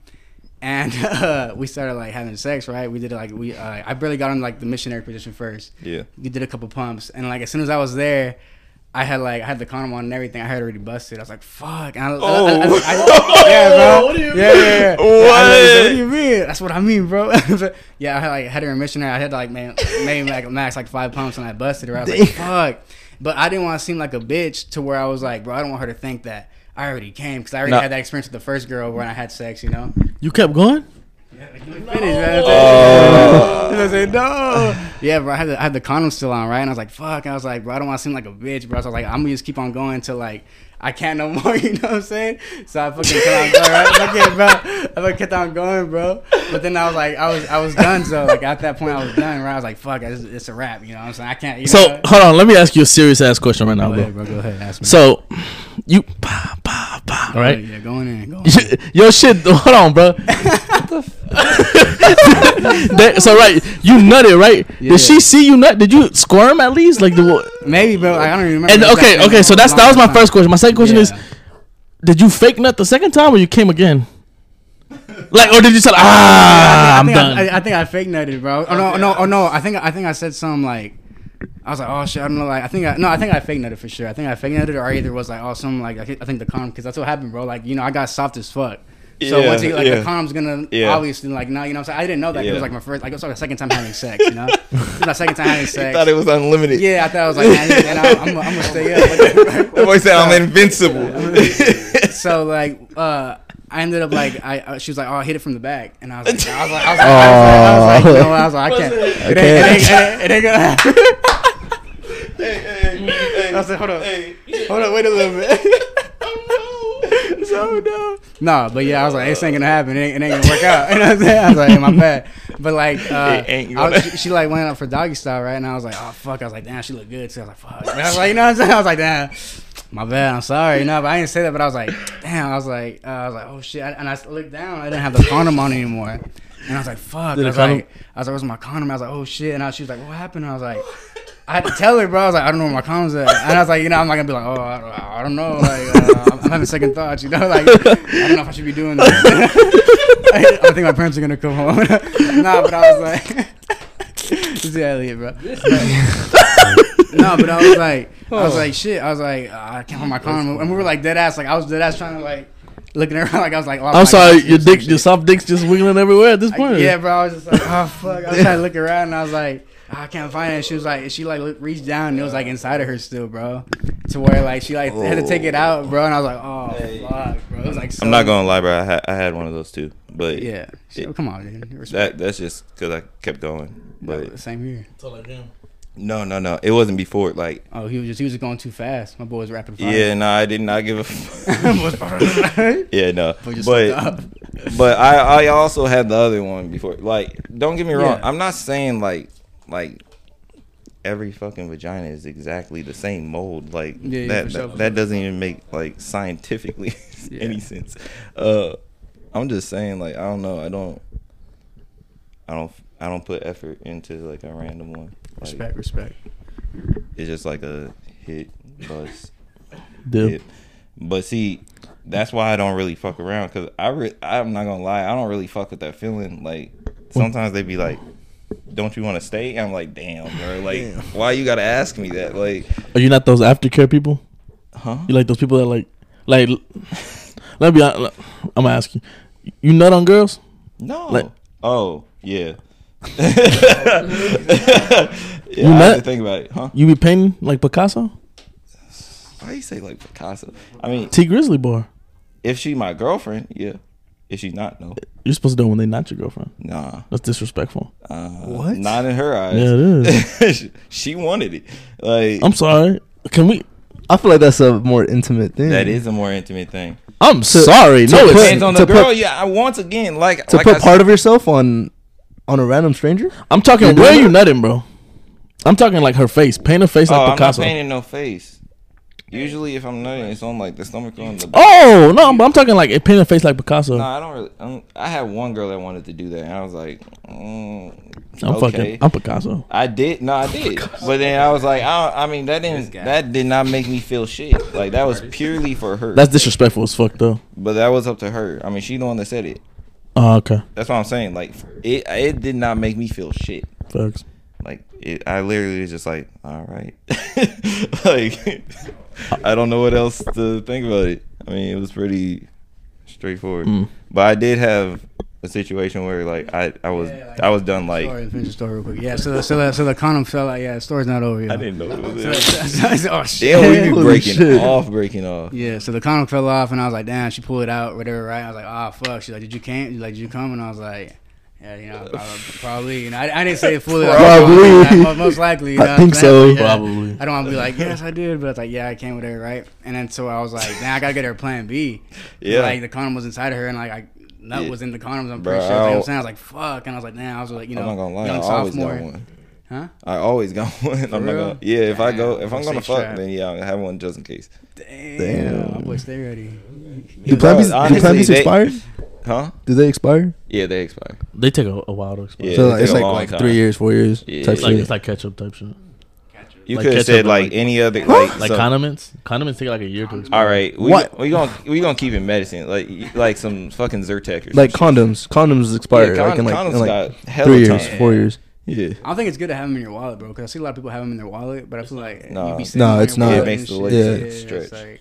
And [LAUGHS] uh, we started like having sex, right? We did like we uh, I barely got on like the missionary position first.
Yeah.
We did a couple pumps, and like as soon as I was there, I had like I had the condom on and everything. I had already busted. I was like, "Fuck!" And I, oh. I,
Oh. [LAUGHS]
I- yeah, bro. yeah, yeah, yeah. I was like, what do
What?
you mean? That's what I mean, bro. [LAUGHS] yeah, I had like had her in missionary. I had like man, maybe like max like five pumps, and I busted her. I was like, "Fuck!" But I didn't want to seem like a bitch to where I was like, "Bro, I don't want her to think that." I already came because I already
No.
had that experience with the first girl when I had sex, you know.
You kept going?
Finish, man. And I said, no. Yeah, bro. I had, the, I had the condom still on, right? And I was like, fuck. I was like, bro, I don't want to seem like a bitch, bro. So I was like, I'm going to just keep on going till like, I can't no [LAUGHS] more, you know what I'm saying? So I fucking kept on going, right? Fuck yeah, bro. I fucking kept on going, bro. But then I was like, I was I was done, so like at that point I was done, right? I was like, fuck, it's, it's a wrap, you know what I'm saying? I can't, you
So,
know?
hold on. Let me ask you a serious ass question right now,
Go ahead,
bro.
bro. Go ahead, ask me.
So, you. Bah, bah, bah, all right?
Yeah, going in, going in.
Y- Yo, shit. [LAUGHS] Hold on, bro. That- so right, you nutted, right?
Yeah.
Did she see you nut? Did you squirm at least? Like the wha-
Maybe, bro. Like, I don't even remember.
and
exactly.
okay, okay. So that's that was my first question. My second question is,
Yeah.
did you fake nut the second time or you came again? Like, or did you say, ah,
I
I'm
think
done?
I, I, I think I fake nutted, bro. Oh no, no, oh no. I think I think I said something like. I was like, oh shit, I don't know. Like, I think I no, I think I fake nutted for sure. I think I fake nutted, or I either was like, oh, something like I thi- I think the condom, because that's what happened, bro. Like, you know, I got soft as fuck. So
Yeah,
once you, like
yeah.
the condom's gonna
Yeah.
obviously like now, you know, what I'm saying I didn't know that 'cause it
Yeah.
was like my first, like it was like the second time having
[LAUGHS]
sex, you know, It was my second time having
You
sex.
thought it was unlimited.
yeah, I thought I was like, man, man, I'm, I'm, I'm gonna stay up.
[LAUGHS] That boy said, "I'm invincible."
[LAUGHS] so like uh I ended up like I uh, she was like oh I hit it from the back and I was like I was like I was like, I was like, I was like, you know what? I was like I can't it ain't, it ain't, it ain't, it ain't gonna happen I was like hold up hold up wait a little bit so no no but yeah I was like this ain't gonna happen it ain't, it ain't gonna work out [LAUGHS] you know what I'm saying I was like hey, my bad but like uh,
[LAUGHS] It ain't
I was,
gonna-
she, she like went up for doggy style right and I was like oh fuck I was like damn she look good so I was like fuck [LAUGHS] and I was like you know what I'm saying I was like damn my bad. I'm sorry. You know, but I didn't say that. But I was like, damn. I was like, uh, I was like, oh shit. And I looked down. I didn't have the condom on anymore. And I was like, fuck.
Did
I
the
was
condom-
like, I was like, where's my condom? I was like, oh shit. And I, she was like, what happened? And I was like, I had to tell her, bro. I was like, I don't know where my condom's at. And I was like, you know, I'm not gonna be like, oh, I don't, I don't know. Like, uh, I'm- I'm having second thoughts. You know, like, I don't know if I should be doing this. [LAUGHS] I think my parents are gonna come home. [LAUGHS] nah, but I was like. [LAUGHS] This is Elliot, bro. [LAUGHS] no, but I was like, I
Oh.
was like, shit. I was like, uh, I can't find my condom, and we were like dead ass. Like I was dead ass trying to like looking around. Like I was like, oh, my
I'm sorry,
gosh,
your
some
dick,
shit.
your soft dick's just wiggling everywhere at this
I-
point.
yeah, bro. I was just like, oh fuck. I was trying to look around, and I was like, I can't find it. She was like, she like look- reached down and it was like inside of her still, bro. To where like she like had to take it out, bro. And I was like, oh fuck, bro. It was like so,
I'm not gonna lie, bro. I, ha- I had one of those too, but
Yeah. So,
It-
come on, dude. Respect.
that that's just because I kept going. But
Same here.
no, no, no. It wasn't before. Like,
Oh, he was just he was just going too fast. My boy was rapid fire. [LAUGHS]
yeah, no, I did not give a. [LAUGHS] F- [LAUGHS]
Yeah.
yeah, no.
Boy just fucked
But
up.
but I I also had the other one before. Like, don't get me wrong.
Yeah.
I'm not saying like like every fucking vagina is exactly the same mold. Like
Yeah, yeah,
that
for
that,
sure.
that doesn't even make like scientifically [LAUGHS] any
Yeah.
sense. Uh, I'm just saying like I don't know. I don't. I don't. I don't put effort into like a random one. Like,
Respect, respect.
it's just like a hit buzz
Dip.
hit. But see, that's why I don't really fuck around because I re- I'm not gonna lie, I don't really fuck with that feeling. Like sometimes they be like, "Don't you want to stay?" I'm like, "Damn, bro! Like, why you gotta ask me that?" Like,
Are you not those aftercare people?
huh?
You like those people that like, like, let me. be hon- I'm gonna ask you. You nut on girls?
No.
Like-
oh yeah. yeah, you I
not-
have to think about it, huh?
You be painting like Picasso?
Why you say like Picasso? I mean,
T Grizzly bar.
if she my girlfriend, yeah. If she not, no,
You're supposed to do it when they not your girlfriend.
nah.
That's disrespectful.
Uh,
What?
Not in her eyes.
Yeah, it
[LAUGHS]
is.
she, she wanted it. Like
I'm sorry. Can we?
I feel like that's a more intimate thing.
that is a more intimate thing.
I'm sorry.
to
No,
put-
it's,
Depends on
to
the girl.
put-
yeah, I once again like
to
like
put
I
part of yourself on on a random stranger.
I'm talking.
You're
where
doing
you
it?
nutting, bro? I'm talking like her face. Paint her face
said, oh,
like
I'm not
Picasso.
painting no face. Usually, if I'm nutting, it's on like the stomach or on the. Back.
oh no, but I'm talking like paint her face like Picasso.
No, I don't really. I, don't, I had one girl that wanted to do that, and I was like, mm,
I'm
okay.
fucking. I'm Picasso.
I did no, I
[LAUGHS]
did, but then I was like, I, don't- I mean, that didn't, that did not make me feel shit. Like that was purely for her.
That's disrespectful as fuck, though.
but that was up to her. I mean, she the one that said it.
Oh, okay.
That's what I'm saying. Like it, it did not make me feel shit.
Facts.
Like it, I literally was just like, all right, [LAUGHS] like I don't know what else to think about it. I mean, it was pretty straightforward. But I did have a situation where like I, I was
Yeah, like-
I was done like
Sorry, finish the story real quick. Yeah, so so the, so the condom fell out. Yeah, the story's not over. Yo.
I didn't know. It was
So,
there.
[LAUGHS] so- so- oh shit.
Damn, we be
Holy
breaking
shit.
off, breaking off.
Yeah, so the condom fell off, and I was like, "Damn!" She pulled it out, whatever. Right? I was like, "Ah, fuck!" She's like, "Did you came? She's Like, did you come?" And I was like, "Yeah, you know, prob- probably." You know, I, I didn't say it
[LAUGHS]
fully. like,
Probably.
mo- most likely. You know
I
what
think
I'm saying?
so.
Yeah.
Probably.
I don't want to be like, "Yes, I did," but I was like, "Yeah, I came with her, right?" And then so I was like, "Man, I gotta get her Plan B."
Yeah.
like the condom was inside of her, and like I. Nut
Yeah.
was in the condoms. I'm
Bro,
pretty sure. Like,
I-
I'm saying, I was like, "Fuck," and I was like, "Nah." I was like, you know,
I'm not gonna lie, I
young
always got
sophomore.
one.
Huh?
I always got [LAUGHS] one. I'm not
real?
gonna, yeah, if I go,
Damn,
if
I'm
I'm gonna
six
fuck,
trap.
then yeah, I have one just in case.
Damn,
Damn.
my boy, stay ready.
Do Plan B's,
Bro,
do Plan B's
honestly, they-
expire?
Huh?
Do they expire?
Yeah, they expire.
They take a, a while to explain.
Yeah,
so
it
like,
take
it's
a
like
long
like
time.
three years, four years.
Yeah.
type
It's like
shit.
it's like ketchup type shit.
You
Like
could have
ketchup
said
and,
like,
like-
any other like,
Like
so-
condiments. Condiments take like a year to explain.
All right, we
What?
we gonna we gonna keep it medicine like like some fucking Zyrtec or some
Like
shit.
condoms. Condoms expire
Yeah,
like in
con-
like, in
condoms
like
got hella
three years,
time.
four years.
Yeah,
I don't think it's good to have them in your wallet, bro. Because I see a lot of people have them in their wallet, but I feel like
Nah.
you be
Nah,
sitting on
it's
your
not.
wallet
It
makes
and
the
shit.
legs
Yeah,
stretch.
it's like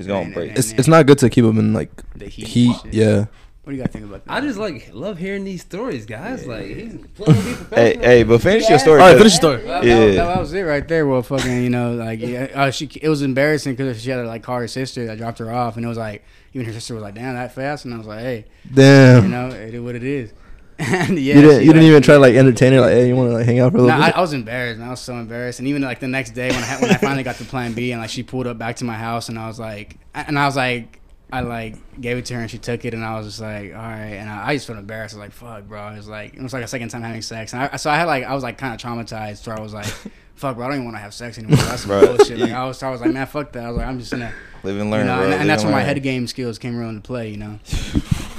it's gonna
Man,
break.
man,
It's it's not good to keep them in like
the heat.
heat.
and shit.
Yeah.
What do you guys think about that?
I just like love hearing these stories, guys. Like, he's playing people.
Hey, hey, but finish your story.
All right,
'cause-
finish your story.
That- that, was-
Yeah.
that was it right there. Well, fucking, you know, like, yeah, uh, she it was embarrassing because she had to like call her sister that dropped her off, and it was like even her sister was like, "Damn, that fast," and I was like, "Hey, you
Damn.
know, it is what it is." [LAUGHS] and yeah,
you didn't.
she,
You didn't
like-
even try to like entertain her. Like, hey, you want to like hang out for a
No,
little
I,
[LAUGHS]
bit?
I was embarrassed, man. I was so embarrassed. And even like the next day when I had, when I finally got to Plan B, and like she pulled up back to my house, and I was like, and I was like, I like gave it to her, and she took it, and I was just like, all right. And I, I just felt embarrassed. I was like, fuck, bro. It was like it was like a second time having sex, and I, so I had like I was like kind of traumatized, where I was like, [LAUGHS] fuck, bro, I don't even want to have sex anymore. That's some
Bro,
bullshit. Like
you-
I was, I was like, man, fuck that. I was like, I'm just gonna,
Live and
you
learn,
know,
bro.
and,
Live
and that's where my
learn.
head game skills came real into play, you know.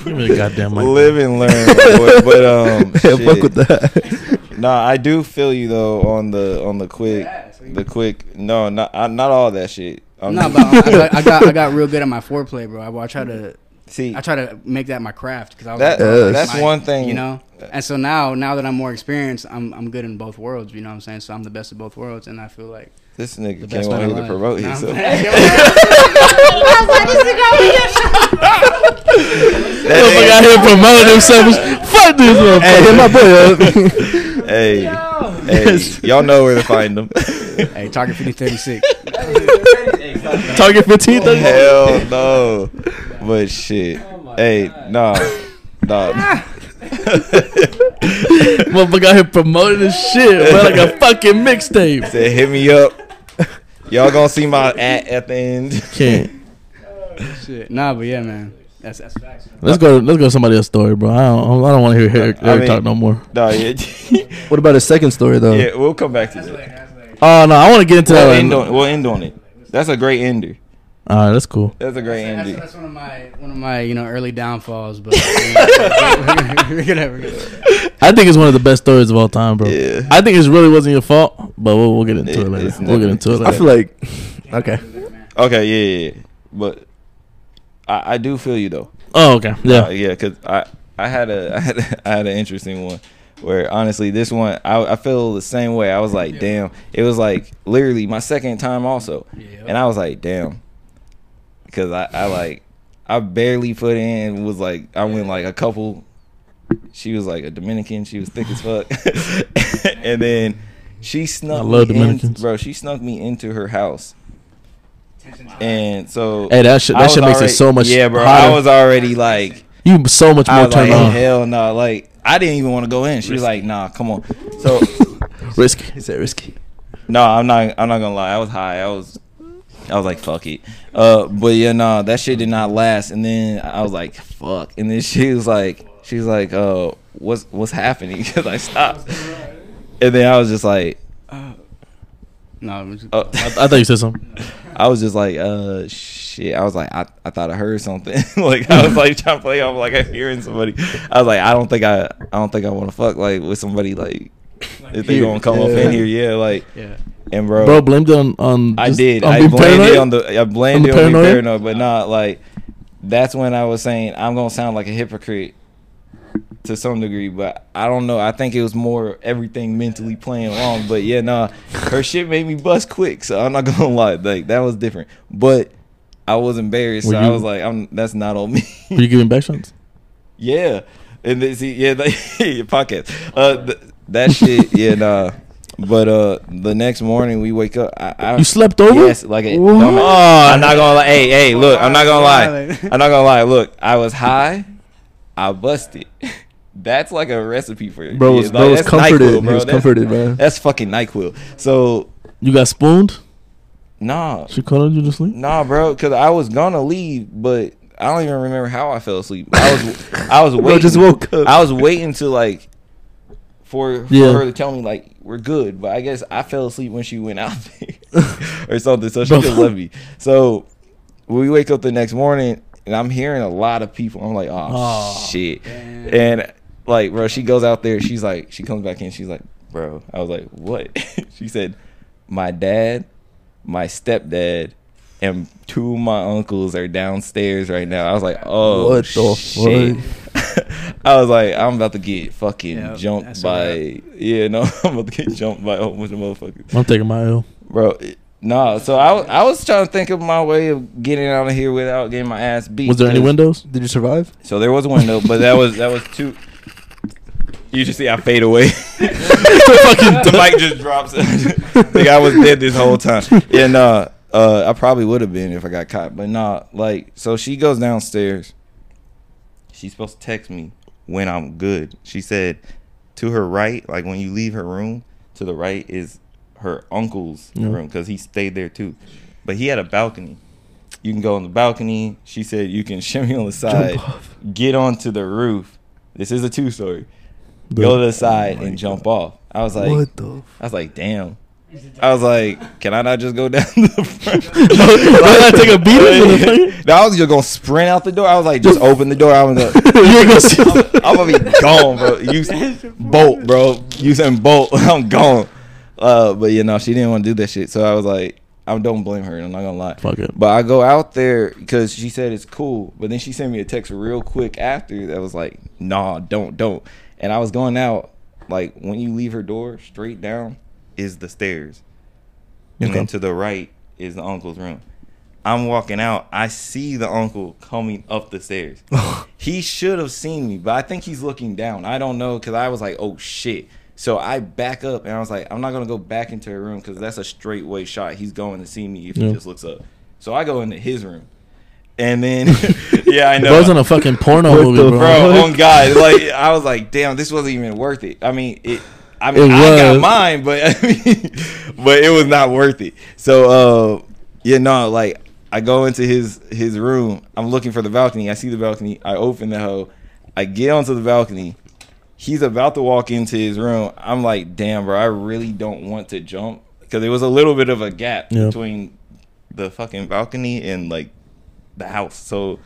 Give me the goddamn mic.
Live and learn,
[LAUGHS]
boy. but um,
Yeah, fuck
shit. [LAUGHS]
with that.
Nah, I do feel you though on the on the quick,
Yeah, so you-
the um, quick. No, not I, not all that shit. I'm
No, but um, I got, I got I got real good at my foreplay, bro. I, I try to
[LAUGHS] see,
I try to make that my craft because I was
That-
like, bro,
uh,
that's
that's one thing-
you know. And so now, now that I'm more experienced, I'm I'm good in both worlds. You know what I'm saying? So I'm the best of both worlds, and I feel like
this
the
nigga
best
came
man
on here to
alive.
promote
[LAUGHS] Nah,
himself.
Motherfucker out here promoting himself. Fuck this motherfucker.
[LAUGHS] hey, hit my boy up.
hey, hey, Hey, y'all know where to find them.
Hey, Target 5036.
Target 15.
Hell no. But shit.
Oh
hey, nah. Nah.
Motherfucker out here promoting this shit, bro, like a fucking mixtape.
[LAUGHS] Said hit me up. Y'all gonna see my at at the end. [LAUGHS]
Can't.
Shit. Nah, but yeah, man. That's that's facts.
Let's go. Let's go. to Somebody else's story, bro. I don't. I don't want to hear Eric,
I
Eric
mean-
talk no more.
Nah, yeah. [LAUGHS]
What about his second story though?
yeah, we'll come back to that.
Oh no, I want to get into
We'll
that.
end
One.
on, we'll end on it. That's a great ender.
All right, that's cool.
That's a great
That's,
ender.
that's one of my one of my you know early downfalls, but you know, [LAUGHS] we're gonna, [LAUGHS] we're gonna-
I think it's one of the best stories of all time, bro.
Yeah.
I think it really wasn't your fault, but we'll, we'll get into it,
It-
later.
it's
We'll get
never-
into it
it's
later.
I feel like okay.
Okay, yeah, yeah, yeah. But I, I do feel you though.
oh, okay. Yeah.
Uh, yeah, because I I had a [LAUGHS] I had a, I had an interesting one where honestly this one I I feel the same way. I was like, damn, it was like literally my second time also,
Yeah.
and I was like, damn, because I I like I barely put in was like I went like a couple. She was like a Dominican. She was thick as fuck, [LAUGHS] and then she snuck.
I love
me in-
Dominicans.
bro. She snuck me into her house, and so
Hey, that shit.
I
That
was
shit makes
already-
it so much.
Yeah, bro. I
hotter.
was already like
you so much
I
more
was like,
turned on.
hell no. Like, I didn't even want to go in. She was like, nah, come on. So, [LAUGHS]
Risky.
Is that risky?
no, I'm not. I'm not gonna lie. I was high. I was. I was like, fuck it. Uh, but yeah, nah, that shit did not last. And then I was like, fuck. And then [LAUGHS] she was like, she was like, uh, what's what's happening? [LAUGHS] Because I stopped. And then I was just like,
No, I'm just- [LAUGHS]
oh.
I thought you said something.
I was just like, uh, shit. I was like, I, I thought I heard something. [LAUGHS] like I was like trying to play off like I'm hearing somebody. I was like, I don't think I, I don't think I want to fuck like with somebody like if they
here.
gonna come up
Yeah.
in here, yeah. Like
yeah.
and bro,
Bro, blamed it on. on
I
just-
did.
on
I
being
blamed
paranoid?
it on the. I blamed
On the
it on being
paranoia?
paranoid, but not like. That's when I was saying I'm gonna sound like a hypocrite to some degree, but I don't know. I think it was more everything mentally playing along. But yeah, nah, her shit made me bust quick, so I'm not [LAUGHS] gonna lie. Like that was different, but I was embarrassed.
Were
so I
you-
was like, I'm that's not on me.
Were you giving back shots?
[LAUGHS] Yeah, and then see, [LAUGHS] yeah, the, your pockets. Uh, th- that shit, yeah, nah. But uh, the next morning we wake up. I, I,
You slept over?
Yes, like a
What? Ah,
dumbass.
Oh.
I'm not gonna lie. Hey, hey, look, I'm not gonna lie.
Violent.
I'm not gonna lie. Look, I was high. I busted. [LAUGHS] That's like a recipe for it.
Bro was, bro was comforted. he
that's,
was comforted, man.
That's fucking Nyquil. So
You got spooned?
nah,
She called you to sleep?
Nah, bro, because I was gonna leave, but I don't even remember how I fell asleep. I was, I was waiting.
just woke up.
I was waiting to like for, for
Yeah.
her to tell me like we're good, but I guess I fell asleep when she went out [LAUGHS] there or something, so she
Bro.
just left me. So we wake up the next morning, and I'm hearing a lot of people. I'm like, oh,
Aw,
shit, and like, bro, she goes out there. She's like, she comes back in. She's like, bro, I was like, what? [LAUGHS] she said, my dad my stepdad and two of my uncles are downstairs right now. I was like, oh,
What the
shit. [LAUGHS] I was like, I'm about to get fucking
Yeah,
jumped
that's
by, yeah, no, [LAUGHS] I'm about to get jumped by a whole bunch of motherfuckers,
I'm taking
[LAUGHS]
my L. [LAUGHS]
bro. it- Nah, so I, was- I was trying to think of my way of getting out of here without getting my ass beat.
Was there any
'cause-
windows?
Did you survive?
So there was a window, but that was that was two. You just see I fade away. [LAUGHS] the mic [LAUGHS] just drops. like I was dead this whole time. Yeah, nah. Uh, I probably would have been if I got caught, but nah. Like, so she goes downstairs. She's supposed to text me when I'm good. She said, to her right, like when you leave her room, to the right is her uncle's room 'cause room because he stayed there too, but he had a balcony. You can go on the balcony. She said you can [LAUGHS] shimmy on the side, get onto the roof. This is a two story. Go to the side
Oh
and jump off. I was like,
what the?
I was like, damn. I was like, can I not just go [LAUGHS] down the
[LAUGHS]
front?
Why did I take
[LAUGHS]
a beating?
no, I was just gonna sprint out the door. I was like, just open the door. I'm gonna,
you ain't gonna see
I'm gonna
[LAUGHS]
be gone, bro. You bolt, bro. You saying bolt? [LAUGHS] I'm gone. Uh, but you know, she didn't want to do that shit. So I was like, I don't blame her. I'm not gonna lie.
Fuck it.
But I go out there because she said it's cool. But then she sent me a text real quick after that was like, nah, don't, don't. And I was going out, like, when you leave her door, straight down is the stairs. And then to the right is the uncle's room. I'm walking out. I see the uncle coming up the stairs. he should have seen me, but I think he's looking down. I don't know because I was like, oh shit. So I back up and I was like, I'm not gonna go back into her room because that's a straight way shot. He's going to see me if
Yeah.
he just looks up. So I go into his room, and
[LAUGHS]
then [LAUGHS] yeah, I know.
Bro's in a fucking porno
What
movie,
the
bro.
Bro, on God, like I was like, damn, this wasn't even worth it. I mean, it. I mean,
It
I got
was.
mine, but [LAUGHS] I mean, but it was not worth it. So, uh, yeah, no, like I go into his his room. I'm looking for the balcony. I see the balcony. I open the hoe. I get onto the balcony. He's about to walk into his room. I'm like, damn, bro, I really don't want to jump because there was a little bit of a gap
Yeah.
between the fucking balcony and like the house. So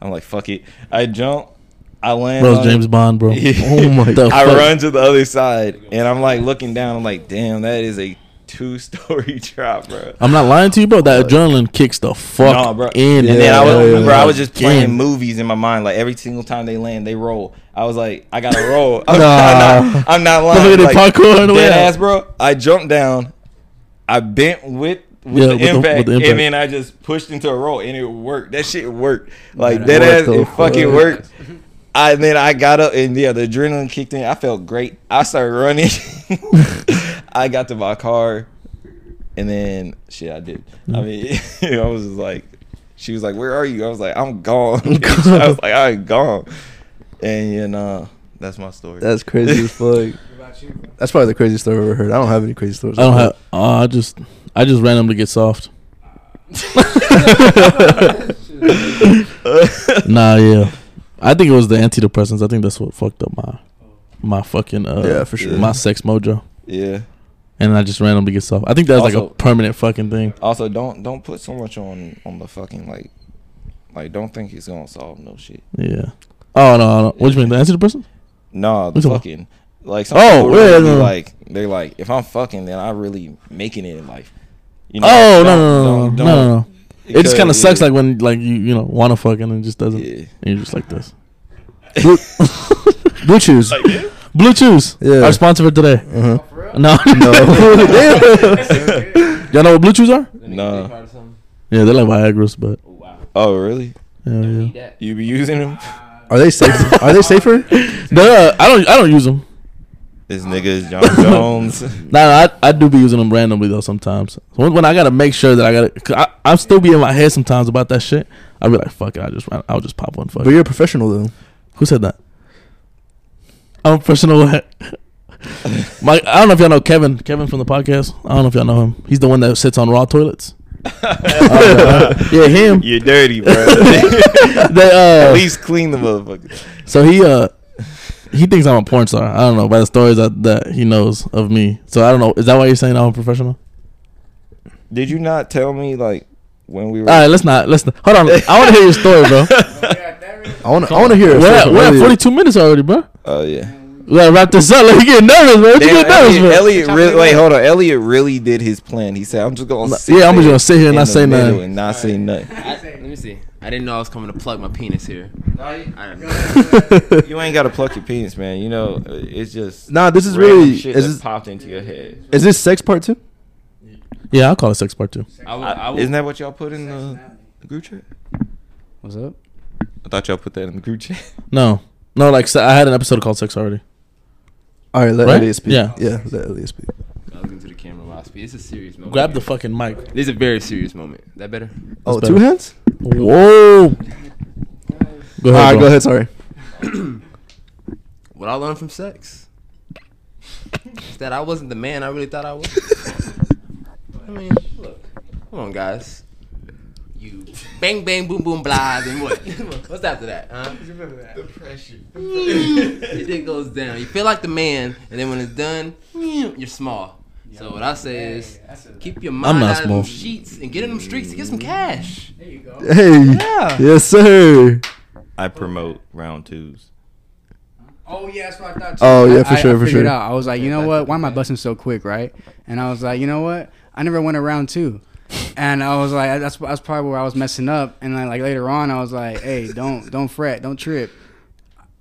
I'm like, fuck it. I jump. I land.
Bro's
on
James
it. [LAUGHS]
Bond, bro. [LAUGHS]
Oh
my god.
I run to the other side, and I'm like looking down. I'm like, damn, that is a two story [LAUGHS] drop, bro.
I'm not lying to you, bro. That adrenaline kicks the fuck
Nah, bro.
in.
and then I was,
bro.
remember, I was just playing
Again.
movies in my mind. Like every single time they land, they roll. I was like, I gotta roll. [LAUGHS] I'm,
Nah.
not, I'm not
Look at
lying.
the
Like,
parkour on the way
dead
out.
ass, bro. I jumped down. I bent with. With,
Yeah,
the
with the-
impact,
with the impact.
and then I just pushed into a roll, and it worked. That shit worked, like
Man,
dead
what
ass.
the
It fucking
fuck?
worked. I then I got up, and yeah, the adrenaline kicked in. I felt great. I started
[LAUGHS]
running. [LAUGHS] I got to my car. And then shit, I did. I mean,
Mm-hmm.
[LAUGHS] I was just like, she was like, "Where are you?" I was like, "I'm gone." bitch." [LAUGHS] I was like, "I'm gone." And you know, that's my story. [LAUGHS]
That's crazy as fuck. That's probably the craziest story I've ever heard. I don't have any crazy stories.
I don't have. Oh, I just, I just randomly get soft. nah, yeah. I think it was the antidepressants. I think that's what fucked up my, my fucking uh,
Yeah, for sure.
my sex mojo.
yeah.
And I just randomly get soft. I think that's like
Also-
a permanent fucking thing.
Also, don't don't put so much on on the fucking like, like don't think he's gonna solve no shit.
Yeah. Oh no, no. What you mean the antidepressants?
Nah, the
What's up?
fucking like some
Oh,
people
yeah,
really
no, no.
like they're like, if I'm fucking, then I really making it in life. You
Oh no,
don't-
no,
don't-
no, no, no,
don't-
no, no. It just kind of
because-
sucks like when like you you know want to fucking and it just doesn't.
Yeah.
And you're just like
[LAUGHS]
this. [LAUGHS]
blue chews.
Blue Chews.
Yeah.
Our sponsor for today.
Uh-huh. [LAUGHS]
[LAUGHS]
No,
[LAUGHS]
no. [LAUGHS] Y'all know what Blue Chews are?
No.
Yeah, they're like Viagra's, but
Oh really?
yeah, yeah.
You be using him?
Are they safe? Are they safer?
[LAUGHS] They're, uh, I don't, I don't use them.
This nigga is [LAUGHS] John Jones.
Nah, nah, I, I do be using them randomly though sometimes. When, when I gotta make sure that I gotta, cause I, I'm still be in my head sometimes about that shit. I be like, fuck it, I just, ran- I'll just pop one. Fuck.
But
it.
you're a professional though.
Who said that? I'm personal. [LAUGHS]
[LAUGHS]
My, I don't know if y'all know Kevin, Kevin from the podcast. I don't know if y'all know him. He's the one that sits on
[LAUGHS]
raw toilets. uh, Yeah, him.
You're dirty,
[LAUGHS]
bro.
They, uh,
At least clean the motherfucker.
So he uh he thinks I'm a porn star. I don't know by the stories that, that he knows of me. So I don't know. Is that why you're saying I'm a professional?
Did you not tell me like when we were?
All right, let's not. Let's not. Hold on. I want to hear your story, bro.
I want. to. I want to hear. a
We're
story
at,
from
we're at
Elliot.
42 minutes already, bro.
[LAUGHS] Oh yeah.
We gotta wrap this up. Like you get nervous, man. What you
Damn,
get nervous,
Elliot,
man?
Elliot really, wait, hold on. Elliot really did his plan. He said, "I'm just gonna sit
yeah, I'm just
there
gonna sit here
in
and not
the
say
middle
nothing."
and not say nothing."
I, let me see. I didn't know I was coming to plug my penis here. I don't know. [LAUGHS]
You ain't gotta pluck your penis, man. You know, it's just
Nah, this is
random
really.
shit
Is
that
this,
popped into your head.
is this sex part two?
Yeah, I'll call it sex part two.
I would, I would,
Isn't that what y'all put in the group chat?
What's up?
I thought y'all put that in the group chat.
No, no. Like se- I had an episode called Sex already.
All right, let
Right?
Elliot speak.
Yeah.
yeah, let Elliot speak.
I was into the camera while I speak. It's a serious moment.
Grab the fucking mic.
This is a very serious moment. Is that better?
Oh,
better.
two hands.
Whoa. Go ahead.
All right,
bro.
go ahead. Sorry.
What I learned from sex is that I wasn't the man I really thought I was. [LAUGHS] I mean, look, come on, guys. You bang bang boom boom blah then what? [LAUGHS] What's after that? Huh? [LAUGHS] Your dick goes down. You feel like the man, and then when it's done, [LAUGHS] you're small. So what I say is, keep your mind
not
out
small.
of them sheets and get in them streets and get some cash.
There you go.
Hey. Yes, sir.
[LAUGHS] I promote round twos.
Oh yeah, that's what I thought.
Oh,
too.
yeah, for
I- I-
sure,
I
for
figured
sure.
Out. I was like, you know what? Why am I busting so quick, right? And I was like, you know what? I never went around two, and I was like, that's that's probably where I was messing up. And then, like later on, I was like, hey, don't don't fret, don't trip.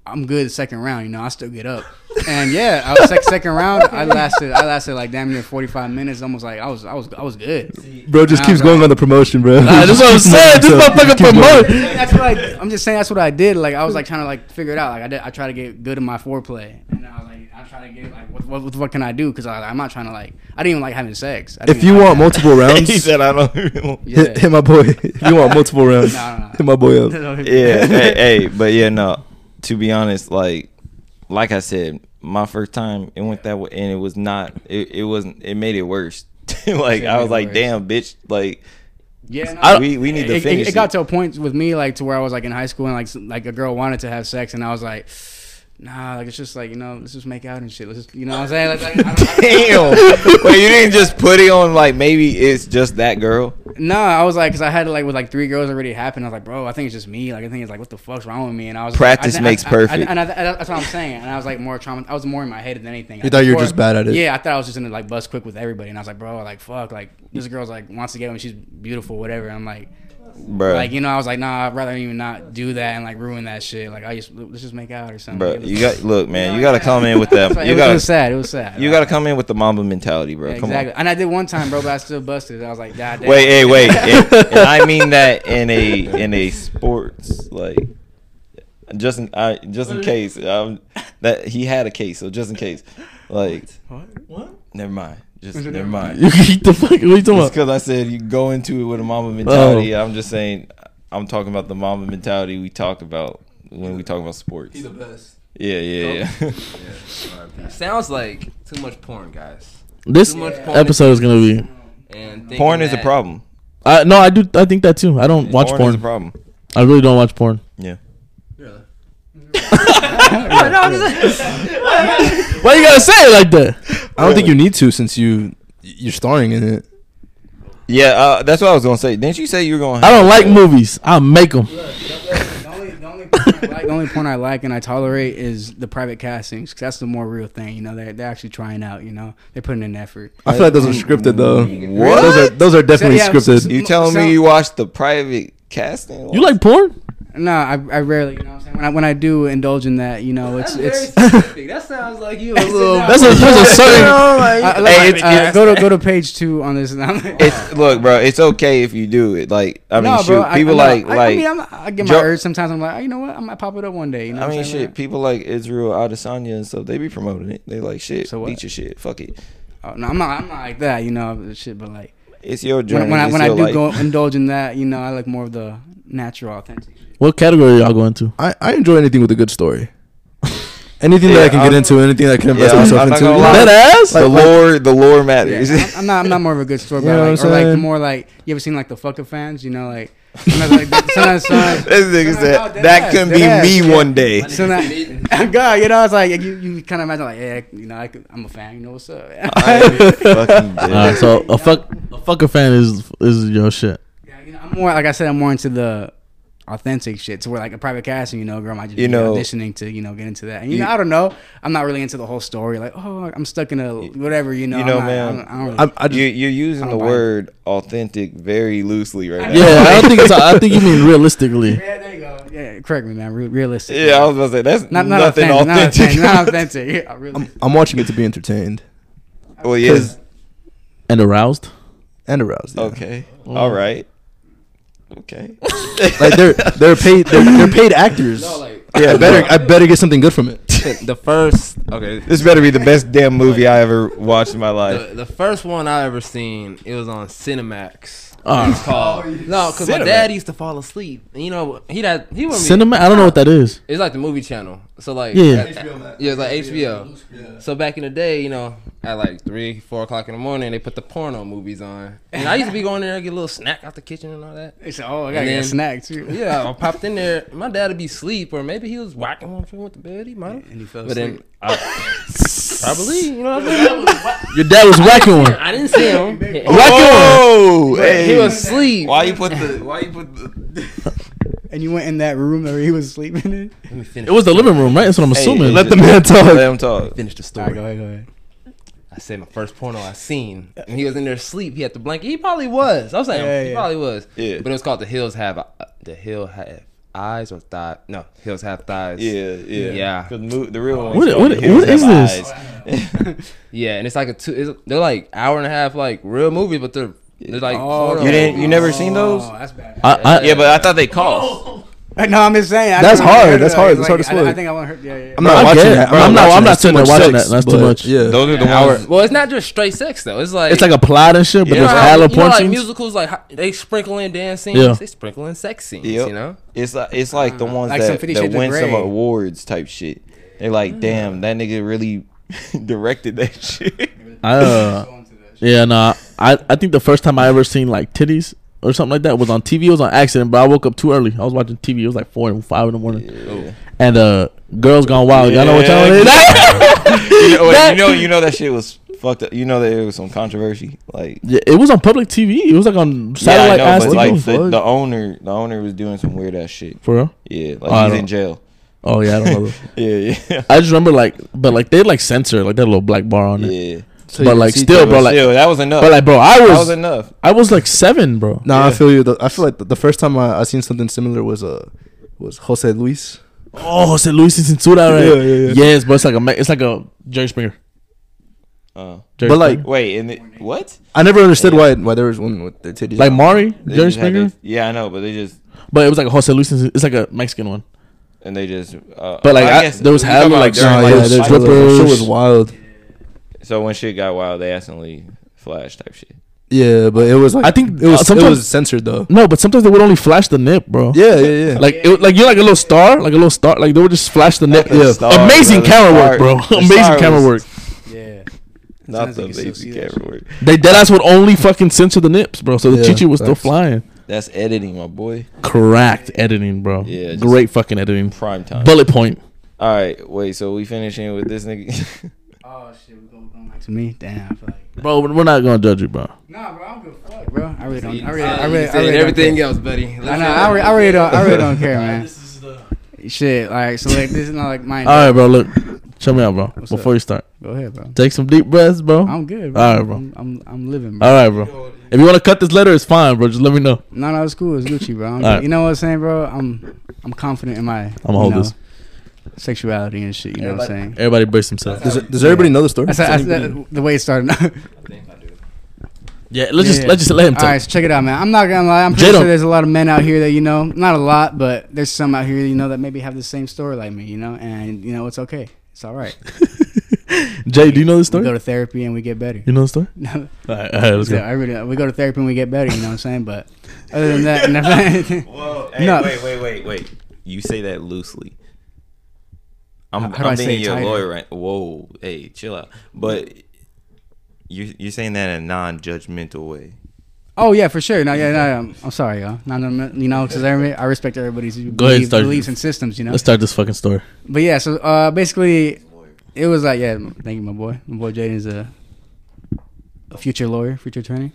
I'm good second round, you know. I still get up, and yeah, I was sec- second round. I lasted, I lasted like damn near 45 minutes. Almost like I was, I was, I was good.
Bro just
Nah,
keeps
bro.
going on the promotion, bro.
Nah, that's
[LAUGHS]
what I'm saying. This motherfucker promoted.
that's what I, I'm just saying. That's what I did. Like I was like trying to like figure it out. Like I did, I tried to get good in my foreplay, and I was like, I not trying to get like what, what, what the fuck can I do? Because I'm not trying to like I didn't even like having sex. I didn't
If you
like
want
that.
[LAUGHS]
multiple
[LAUGHS]
rounds,
he said I don't. Really [LAUGHS] want-"
Yeah.
hit, hit my boy. if [LAUGHS] you
[LAUGHS]
want multiple rounds,
Nah, nah, nah.
hit my
[LAUGHS]
boy up.
yeah,
[LAUGHS]
hey, [LAUGHS] hey, but yeah, no. To be honest, like, like I said, my first time it went that way, and it was not. It, it wasn't. It made it worse. [LAUGHS] like
Yeah,
I
it made
was
it
like,
worse.
damn, bitch. Like [LAUGHS]
Yeah, no,
I- we- we need to
it,
finish
It, it got
it.
to a point with me like to where I was like in high school and like s- like a girl wanted to have sex and I was like. Nah, like it's just like you know, let's just make out and shit. Let's just, you know what I'm saying? Like, like, I don't- I
[LAUGHS]
Damn. Wait, you didn't just put it on like maybe it's just that girl.
don't- nah, I was like, cause I had like with like three girls already happened. I was like, bro, I think it's just me. Like, I think it's like, what the fuck's wrong with me? And I was like,
Practice
I- I-
makes
I- I-
perfect.
and I, and I- that's what I'm saying. And I was like more trauma. I was more in my head than anything.
You thought you were just bad at it.
Yeah, I thought I was just gonna like bust quick with everybody. And I was like, bro, like fuck, like this girl's like wants to get me. She's beautiful, whatever. I'm like,
Bro.
Like you know, I was like, nah, I'd rather even not do that and like ruin that shit. Like I just let's just make out or something.
bro,
It was-
you
[LAUGHS]
got look, man. You
know,
got to
yeah.
come in with
[LAUGHS] It
that.
was-
You
it, was
got
sad. It was sad.
you got to come in with the Mamba mentality, bro.
Yeah,
come
exactly. And I did one time, bro, but I still busted. I was like, God
on.
damn.
Wait, hey, wait. and, and I mean that in a in a sports like just in, I, just in case um, that he had a case, so just in case, like
What?
never mind. Just never mind.
You eat the fuck? [LAUGHS] What are you talking
Just
about?
because I said you go into it with a mama mentality,
Oh.
I'm just saying I'm talking about the mama mentality we talk about when we talk about sports.
best.
Yeah, yeah, yeah.
Sounds like too much porn, guys.
This
Too much porn.
episode is gonna be.
And thinking
porn is a
that-
problem.
I no, I do. I think that too. I don't watch
is a
porn.
problem.
I really don't watch porn.
Yeah.
Why you gotta say it like that?
I don't think you need to since you you're starring in it.
Yeah, uh, that's what I was gonna say. Didn't you say you were gonna?
I don't like movies. I make them.
The only, the, only porn I like, the only porn I like and I tolerate is the private castings 'cause that's the more real thing. You know, they're they're actually trying out. You know, they're putting in effort.
I feel like those are scripted though.
What?
Those are those are definitely
yeah,
scripted.
You telling
So-
me you watched the private casting?
You like porn?
No, I, I rarely. You know, what I'm saying when I when I do indulge in that, you know,
That's
it's [LAUGHS]
very
it's.
specific. That sounds like you a little.
That's a there's a certain.
I, I,
Hey,
like-
it's-
uh,
it's-
go to go to page two on this. [LAUGHS] And I'm like,
It's look, bro. It's okay if you do it. Like, I mean,
no,
shoot,
bro. I-
people
I, no,
like
I,
like.
I mean, I'm, I get my
Joe-
urge sometimes. I'm like, oh, you know what? I might pop it up one day. You know
I
what
mean,
I'm saying?
shit. People like Israel Adesanya and stuff. They be promoting it. They like shit.
So what?
Beat your shit. Fuck it.
Oh, no, I'm not. I'm not like that. You know, shit. But like
It's your journey.
when, when I
It's
when I
your
do
life.
go indulge in that, you know, I like more of the natural, authentic.
What category are y'all going to?
I, I enjoy anything with a good story. [LAUGHS] Anything
Yeah,
that I can
I'm-
get into, anything that I can
[LAUGHS]
invest
Yeah, I'm-
myself
I'm not
into.
gonna lie.
That ass.
the lore, the lore [LAUGHS]
Yeah,
matters.
I'm, I'm not. I'm not more of a good story.
You know
but like, or
what I'm
like
saying?
more like you ever seen like the fucker fans? You know, like sometimes like, sometimes,
[LAUGHS]
sometimes
this nigga
No, no,
said
dead
that
ass,
could
dead
be
ass,
me
yeah.
one day.
[LAUGHS] So now, God, you know, it's like you, you kind of imagine, like, yeah, you know, I could, I'm a fan, you know, what's up?
[LAUGHS]
[LAUGHS]
I am fucking dead.
All right, so a fuck a fucker fan is is your shit.
yeah, you know, I'm more, like I said, I'm more into the authentic shit. So we're like a private casting, you know, girl might just
You
be
know-
auditioning to, you know, get into that. And, you,
You-
know, I don't know. I'm not really into the whole story. Like, oh, I'm stuck in a whatever, you know.
You know,
I'm not,
man,
I don't, I don't
I'm, I just,
you, you're using
I
the
don't buy it.
word authentic very loosely right now.
[LAUGHS] Yeah, I don't think it's. I think you mean realistically.
yeah, there you go. Yeah, correct me, man. Re- realistic.
[LAUGHS] Yeah, I was about to say that's
Not, not
nothing
authentic,
authentic. [LAUGHS]
Not authentic. Not authentic. Yeah, really.
I'm, I'm watching it to be entertained
well, yes.
And aroused.
and aroused. yeah.
Okay. All right. Okay.
[LAUGHS]
Like they're they're paid they're, they're paid actors. yeah, I better I better get something good from it.
[LAUGHS]
the first. Okay.
This better be the best damn movie I ever watched in my life.
The, the first one I ever seen, it was on Cinemax.
Ah.
It's called no, because my
Cinemax.
dad used to fall asleep. And you know, he that he wouldn't be-
Cinema. I don't know what that is.
It's like the movie channel. So like
Yeah.
at- yeah, it's like HBO. So back in the day, you know, at like three, four o'clock in the morning, they put the porno movies on. And I used to be going there and get a little snack out the kitchen and all that.
They said, oh, I gotta get
And then-
a snack too.
Yeah, I popped in there. My dad would be asleep, or maybe he was whacking one foot with the bed. He might.
And he fell
But then
asleep.
I, [LAUGHS] probably, you know what I'm saying?
Your dad was whacking [LAUGHS] one.
I didn't see him. He-
Oh,
He
hey.
was asleep.
Why you put the? Why you put the?
And you went in that room that he was sleeping in.
Let me finish.
It was the living room, right? That's what I'm
Hey,
assuming.
let
the man talk.
Let him talk.
finish the
All right,
story.
go ahead, go ahead.
I said my first porno I seen, and he was in there asleep. He had the blanket. He probably was. I was like,
Yeah,
he
yeah.
probably was.
Yeah.
But it was called the hills have uh, the hill have eyes or thigh. No, hills have thighs.
Yeah, yeah,
Yeah.
'Cause mo- the real one.
What- what- what is this?
[LAUGHS]
Yeah, and it's like a two. It's, they're like hour and a half, like real movies, but they're they're like.
Oh,
porno
you didn't? You never
Oh,
seen those?
that's bad.
I, I,
Yeah, but I thought they cost.
Uh, No, I'm just saying. I
That's
never really
hard.
heard of
That's
that.
hard.
It's
That's
like,
hard as
I- I
fuck.
think I want to hurt. Yeah, yeah.
I'm
Bro, I
not watching
get it,
that.
bro.
I'm not
I'm
watching
not
that.
sitting
Too
there
much
watching
sex,
that. That's too
but
much.
Yeah.
Those are the
Our-
ones.
Well, it's not just straight sex though. It's like
It's like a plot and shit, but
you know
there's
how-
hella
you know,
porn
like
scenes.
musicals like how- they sprinkle in dance scenes.
Yeah.
They sprinkle in sex scenes.
Yep.
You know.
It's like it's like the
Mm.
ones
Like some
that,
Fifty
that
Shades of
win some
Grey.
awards type shit. They're
Mm.
like, damn, that nigga really [LAUGHS] directed that [LAUGHS] shit.
I, uh, yeah, nah. I, I think the first time I ever seen like titties or something like that was on TV. It was on accident, but I woke up too early. I was watching TV. It was like four and five in the
Oh.
morning. And uh, girls gone wild. Y'all know what y'all
Yeah. [LAUGHS]
is. [LAUGHS]
you, know,
That-
you know, you [LAUGHS] know that shit was fucked up. You know that it was some controversy. Like,
Yeah, it was on public TV. It was like on satellite
yeah, I
ass
know, but like
TV.
the, the owner, the owner was doing some weird ass shit.
For real?
Yeah, like
I
he's
don't-
in jail.
Oh yeah, I don't know.
[LAUGHS] Yeah, yeah,
[LAUGHS] I just remember like, but like they like censor like that little black bar on it.
yeah.
So you
but
can
like
see
still,
through
bro,
it.
like,
Yo, that was enough.
but like, bro, I
that
was,
was enough.
I was like seven, bro.
Nah, I feel you. The, I feel like the, the first time I, I seen something similar was uh was Jose Luis.
Oh, Jose Luis and Censura, right?
Yeah, yeah, yeah.
Yes, but it's like a, ma- it's like a Jerry Springer.
Uh,
Jerry
But, like,
Springer.
wait, and it, what?
I never understood why why there was women with their titties.
like
out.
Mari,
They
Jerry
just had
Springer,
their- yeah, I know, but they just
but it was like a Jose Luis. and- It's like a Mexican one.
and they just. Uh,
But, like, I-
guess
there was
you talking
hella,
about
like, uh,
during,
Nah,
like,
yeah,
the
there's
fight.
strippers.
strippers. Shit was wild.
So when shit got wild, they accidentally flashed type shit.
Yeah, but it was like
I think,
it
uh,
was it
sometimes-
was censored though.
No, but sometimes they would only flash the nip, bro.
Yeah, yeah, yeah.
Like it, like you're like a little star, like a little star, like they would just flash the nip.
the star,
Amazing
bro, the
camera
star-
work, bro.
the star
Amazing
was-
camera work.
Yeah.
Not
Sounds
the
like you still see
basic
that
camera work.
They deadass would only fucking censor the nips, bro. So the
Yeah,
chichi was still
facts.
flying.
That's editing, my boy.
Correct editing, bro.
Yeah, just-
great fucking editing.
Prime time.
Bullet point.
All right, wait. So we finishing with this nigga.
Oh shit, we're going, going back to me. Damn. I feel like.
Bro, we're not gonna judge you, bro.
Nah, bro, I don't give a fuck, bro. I really don't. I really, I
I
really, I
said
really
everything
Don't
else, buddy.
care. I know. I really, I really don't. I really don't care, man. Shit. Like, so like, this is not like mine.
All right, bro. Look, check me out, bro.
up?
Before you start,
Go ahead, bro.
take some deep breaths, bro.
I'm good, bro.
All right, bro.
I'm, I'm, I'm living, bro.
All right, bro. If you want to cut this letter, it's fine, bro. Just let me know.
No, no, it's cool. It's Gucci, bro. I'm,
All right.
You know what I'm saying, bro? I'm, I'm confident in my. I'm
I'ma hold this.
Sexuality and shit. You know what I'm saying?
Everybody brace themselves.
Does, does everybody know the story?
That's,
Does
that's
anybody-
the, the way it started. [LAUGHS]
Yeah, let's just
Yeah.
let's just let him
All right,
talk.
so check it out, man. I'm not gonna lie. I'm pretty
Jada.
sure there's a lot of men out here that you know, not a lot, but there's some out here you know that maybe have the same story like me, you know, and you know it's okay. It's all right.
Jay, do you know the
We go
story?
to therapy and we get better.
You know
[LAUGHS]
the story?
No,
All right, all right let's
yeah,
go.
I really, we go to therapy and we get better. You know what I'm saying? But other than
[LAUGHS]
that, [LAUGHS] never.
[LAUGHS] Whoa!
hey, No. wait,
wait, wait, wait. You say that loosely.
How
I'm,
do I
I'm
say
thinking
it
you're a
tighter?
lawyer right. Whoa! Hey, chill out. But you you're saying that in a non-judgmental way.
oh yeah, for sure. No, yeah, no, I'm, I'm sorry, y'all. No, no, no, you know, because I respect everybody's
ahead,
belief,
start.
beliefs and systems. You know,
Let's start this fucking story.
But yeah, so uh, basically, it was like, yeah, thank you, my boy. My boy Jaden's a, a future lawyer, future attorney.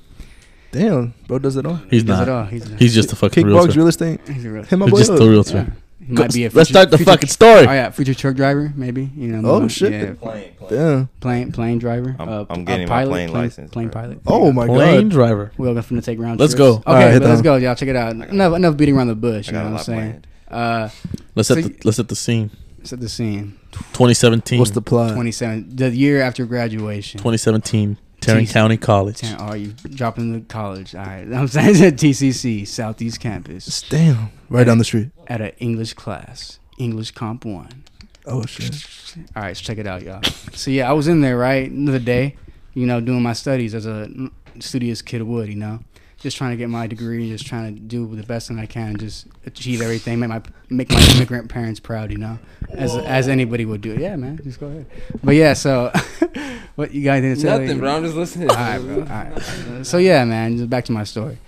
Damn, bro, does it all?
He's
He does it
not.
all. He's a,
He's just a fucking
Kickbox
realtor.
real estate.
he's a real.
Hit my
He's
boy
just
up.
a realtor.
yeah. He
Go- let's start the fucking
fucking Oh
story.
yeah, future truck driver, maybe. You know.
Oh,
maybe,
shit.
Yeah,
Plain, plain.
Damn.
plane plane driver.
I'm-
uh,
I'm
a
getting my
pilot,
plane license,
Plane
bro.
pilot.
Oh my
Plane
god.
driver.
We're all gonna take round.
Let's
trips.
go.
Okay,
All right, hit
but let's
that
go, y'all. Check it out. Enough, enough beating around the bush. You know what I'm saying?
planned.
Uh,
Let's
So
set the,
you-
let's set the scene.
set the scene.
2017.
What's the plot?
27, the year after graduation.
2017 Tarrant
Jeez.
County College.
Damn, are you dropping the college? All right, [LAUGHS] I'm saying TCC Southeast Campus
Damn. Right down the street.
at an English class, English Comp One.
Oh shit.
All right, so check it out,
[LAUGHS]
y'all. So yeah, I was in there right the day, you know, doing my studies as a studious kid would, you know, just trying to get my degree, just trying to do the best thing I can, just achieve everything, make my make my immigrant parents proud, you know, as as anybody would do. Yeah, man, just go ahead. But yeah, so [LAUGHS] what you guys didn't say?
Nothing, bro. I'm just listening.
All right, bro. All right. So yeah, man. Just back to my story.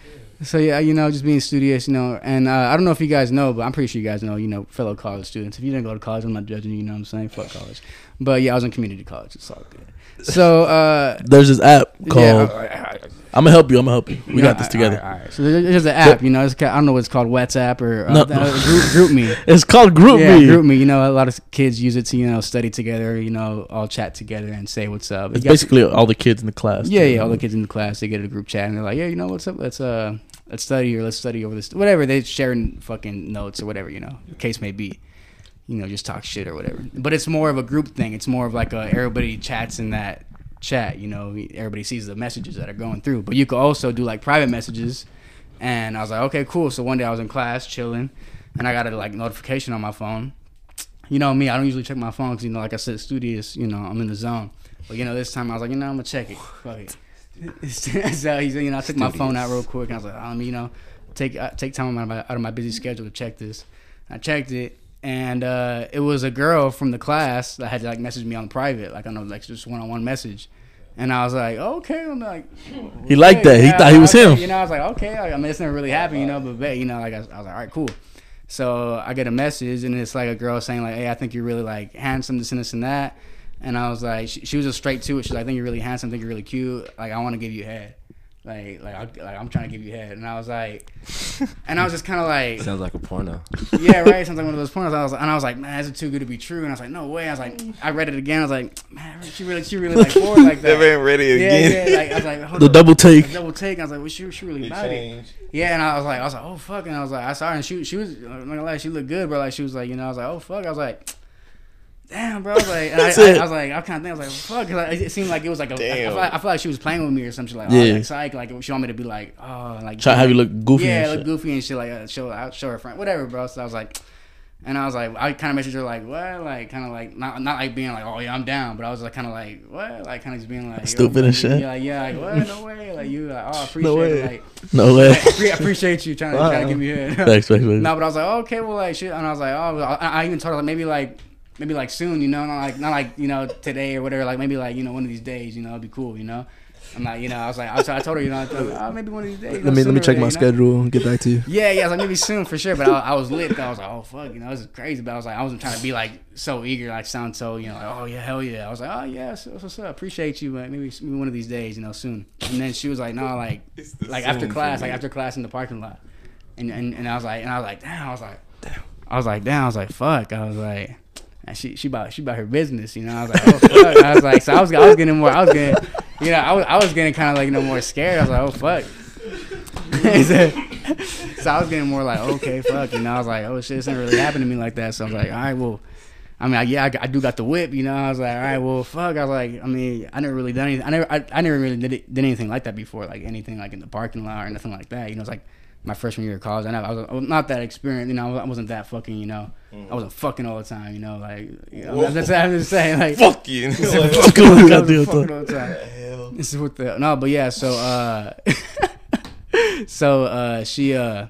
So yeah, you know, just being studious, you know, and uh, I don't know if you guys know, but I'm pretty sure you guys know, you know, fellow college students. If you didn't go to college, I'm not judging you. You know what I'm saying? Fuck college. But yeah, I was in community college. It's all good. So uh,
There's this app called.
yeah, all right, all right.
I'm gonna help you. I'm gonna help you. We
No,
got this
all
together.
right, all right. So there- there's an app, you know. It's, ca- I don't know what it's called, WhatsApp or uh,
No.
uh, group, group me.
It's called [LAUGHS] Group
yeah,
Me.
group me. You know, a lot of kids use it to you know study together. You know, all chat together and say what's up. You
It's
got-
basically all the kids in the class.
Yeah, yeah. All the kids in the class they get a group chat and they're like, yeah, you know what's up? Let's uh, let's study or let's study over this, whatever. They sharing fucking notes or whatever, you know, case may be. You know, just talk shit or whatever. But it's more of a group thing. It's more of like a, everybody chats in that chat. You know, everybody sees the messages that are going through. But you could also do like private messages And I was like, okay, cool. So one day I was in class chilling, and I got a like notification on my phone. You know me, I don't usually check my phone because you know, like I said, studious. You know, I'm in the zone. But you know, this time I was like, you know, I'm gonna check it. Fuck it. [LAUGHS] so he's, you know, I took my phone out real quick, and I was like, um, you know, take uh, take time out of my out of my busy schedule to check this. I checked it, and uh, it was a girl from the class that had like messaged me on private, like on a like just one on one message. And I was like, okay, I'm like,
He liked that. He thought he was
okay.
him.
You know, I was like, okay, I mean, it's never really happened, you know, but bet, you know, like I, was- I was like, all right, cool. So I get a message, and it's like a girl saying like, hey, I think you're really like handsome, this and this and that. And I was like, she, she was just straight to it. She's like, I think you're really handsome, I think you're really cute. Like, I want to give you head. Like, like, I, like, I'm trying to give you head. And I was like, and I was just kind of
[LAUGHS]
like,
Sounds like a porno.
yeah, right. Sounds like one of those pornos. I was, and I was like, man, is it too good to be true? And I was like, no way. I was like, I read it again. I was like, man, she really, she really like forward
[LAUGHS]
like
That
that.
man ready
Yeah,
again.
yeah. Like, I
[LAUGHS]
was like, hold
The
up.
double take.
Like, double take. I was like, well, she, she
[LAUGHS]
really
It
about it.
changed.
Yeah, and I was like, I was like, oh fuck, and I was like, I saw her, and she, she was, I'm not gonna lie, she looked good, but like, she was like, you know, I was like, oh fuck, I was like, damn, bro, I was like, and
[LAUGHS]
I,
That's
I,
it.
I was like, I kind of think I was like, fuck, 'cause, like, it seemed like it was like, a, I, I,
Damn.
feel like, I feel like she was playing with me or something, like,
Yeah.
oh, like, psych, like she wanted me to be like, oh, like,
Try to have you look goofy.
yeah,
and
look
shit.
goofy and shit. Like uh, show, I'll show her friend, whatever, bro. So I was like, and I was like, I kind of messaged her like, what, like kind of like not not like being like, oh yeah, I'm down, but I was like kind of like what, like kind of just being like
Stupid
yo,
and shit.
Yeah, like, yeah, like what, no way, like you, like, oh, I appreciate
way.
it, like [LAUGHS]
No way.
appre- appreciate you trying to, trying to give me a [LAUGHS] head.
Thanks, thanks, thanks. [LAUGHS]
No, but I was like, oh, okay, well, like shit, and I was like, oh, I, I even told her like maybe like maybe like soon, you know, not like not like you know today or whatever, like maybe like you know one of these days, you know, it'd be cool, you know. I'm like, you know, I was like, I, was, I told her, you know, I told her, oh, maybe one of these days. you know,
Let me let
sooner
me check
than,
my
you know?
schedule and get back to you.
Yeah, yeah, I was like maybe soon for sure, but I, I was lit. Though. I was like, oh fuck, you know, this is crazy. But I was like, I wasn't trying to be like so eager, like sound so, you know, like oh yeah, hell yeah. I was like, oh yeah, so, so, so appreciate you, but maybe, maybe one of these days, you know, soon. And then she was like, no,
[LAUGHS]
like like after
soon for
class, like
me.
after class in the parking lot, and and, and I was like, and I was like, damn, I was like, I was like, damn, I was like, fuck, I was like. And she she about she about her business, you know. I was like, oh fuck. I was like, so I was I was getting more. I was getting, you know, I was I was getting kind of like you know more scared. I was like, oh fuck. so, [LAUGHS] so I was getting more like, okay, fuck, you know. I was like, oh shit, this ain't really happened to me like that. So I was like, all right, well, I mean, I, yeah, I, got- I do got the whip, you know. I was like, all right, well, fuck. I was like, I mean, I never really done anything. I never, I, I never really did, it, did anything like that before, like anything like in the parking lot or nothing like that. You know, it's like my freshman year of college. I, never, I was I was not that experienced, you know. I wasn't that fucking, you know. I wasn't fucking all the time, you know. Like, you know, that's what I'm just saying. Like,
Fuck you. [LAUGHS]
[LAUGHS]
Fucking
I
look
was
out there,
fucking
though.
all the time. This is what the no, but yeah. So, uh, [LAUGHS] so uh, she, uh,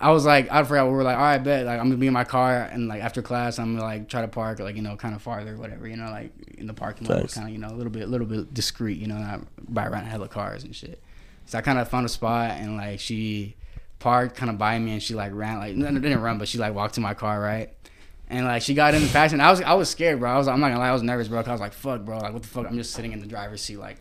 I was like, I forgot. We were like, all right, bet. Like, I'm gonna be in my car, and like after class, I'm gonna like try to park, like you know, kind of farther, whatever, you know, like in the parking lot,
Facts.
kind of, you know, a little bit, a little bit discreet, you know, not by around hella cars and shit. So I kind of found a spot, and like she parked kind of by me, and she like ran, like no, no, didn't run, but she like walked to my car, right? And like she got in the passenger, I was I was scared, bro. I was I'm not gonna lie, I was nervous, bro. 'cause I was like, fuck, bro. Like what the fuck? I'm just sitting in the driver's seat, like.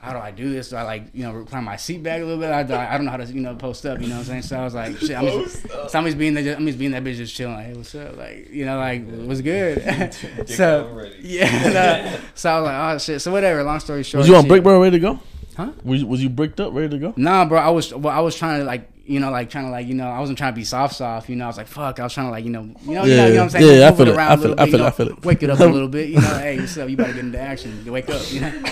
How do I do this? Do I like you know recline my seat back a little bit? I, do- I don't know how to you know post up. You know what I'm saying? So I was like, shit. I'm just, so I'm just being there. I'm just being that bitch just chilling. Like, hey, what's up? Like you know, like what's good? so yeah. [LAUGHS] no. so I was like, oh shit. So whatever. Long story short,
Was you on
she-
brick, bro? Ready to go?
Huh?
Was, was you bricked up, ready to go?
Nah, bro. I was well, I was trying to like you know like trying to like you know I wasn't trying to be soft soft. You know I was like fuck. I was trying to like you know you know you know, you know what I'm saying.
Yeah, yeah, I
Move
feel it.
around
I
a
feel
little
it. I
bit,
feel
you
it. I
know,
feel it.
Wake it up a little bit. You
[LAUGHS]
know hey what's up? You better get into action. Wake up. You know.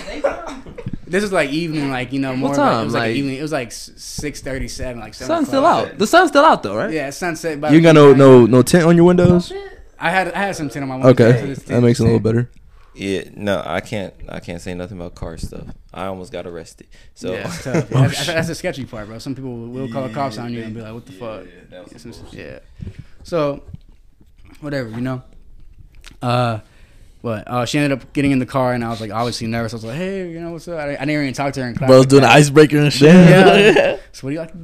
This was like evening, like you know, more like-
time?
it was like,
Like-
evening. It was like six thirty seven, like seven.
Sun's still
o'clock.
out. The sun's still out though, right?
Yeah, sunset. By
You ain't got no no no tint on your windows.
I had I had some tint on my window.
Okay, that makes it a little better.
Yeah, no, I can't. I can't say nothing about car stuff. I almost got arrested. So
Yeah,
[LAUGHS]
[LAUGHS]
it's tough.
Oh,
that's, that's the sketchy part, bro. Some people will call the cops on you and be like, "What the fuck?"
that was
Yeah, some- yeah. So, whatever, you know. Uh, what? Uh, she ended up getting in the car, and I was like, obviously nervous. I was like, "Hey, you know what's up?" I, I didn't even talk to her in class.
Bro's
like
doing an
that.
icebreaker and shit.
Yeah. so what do you like to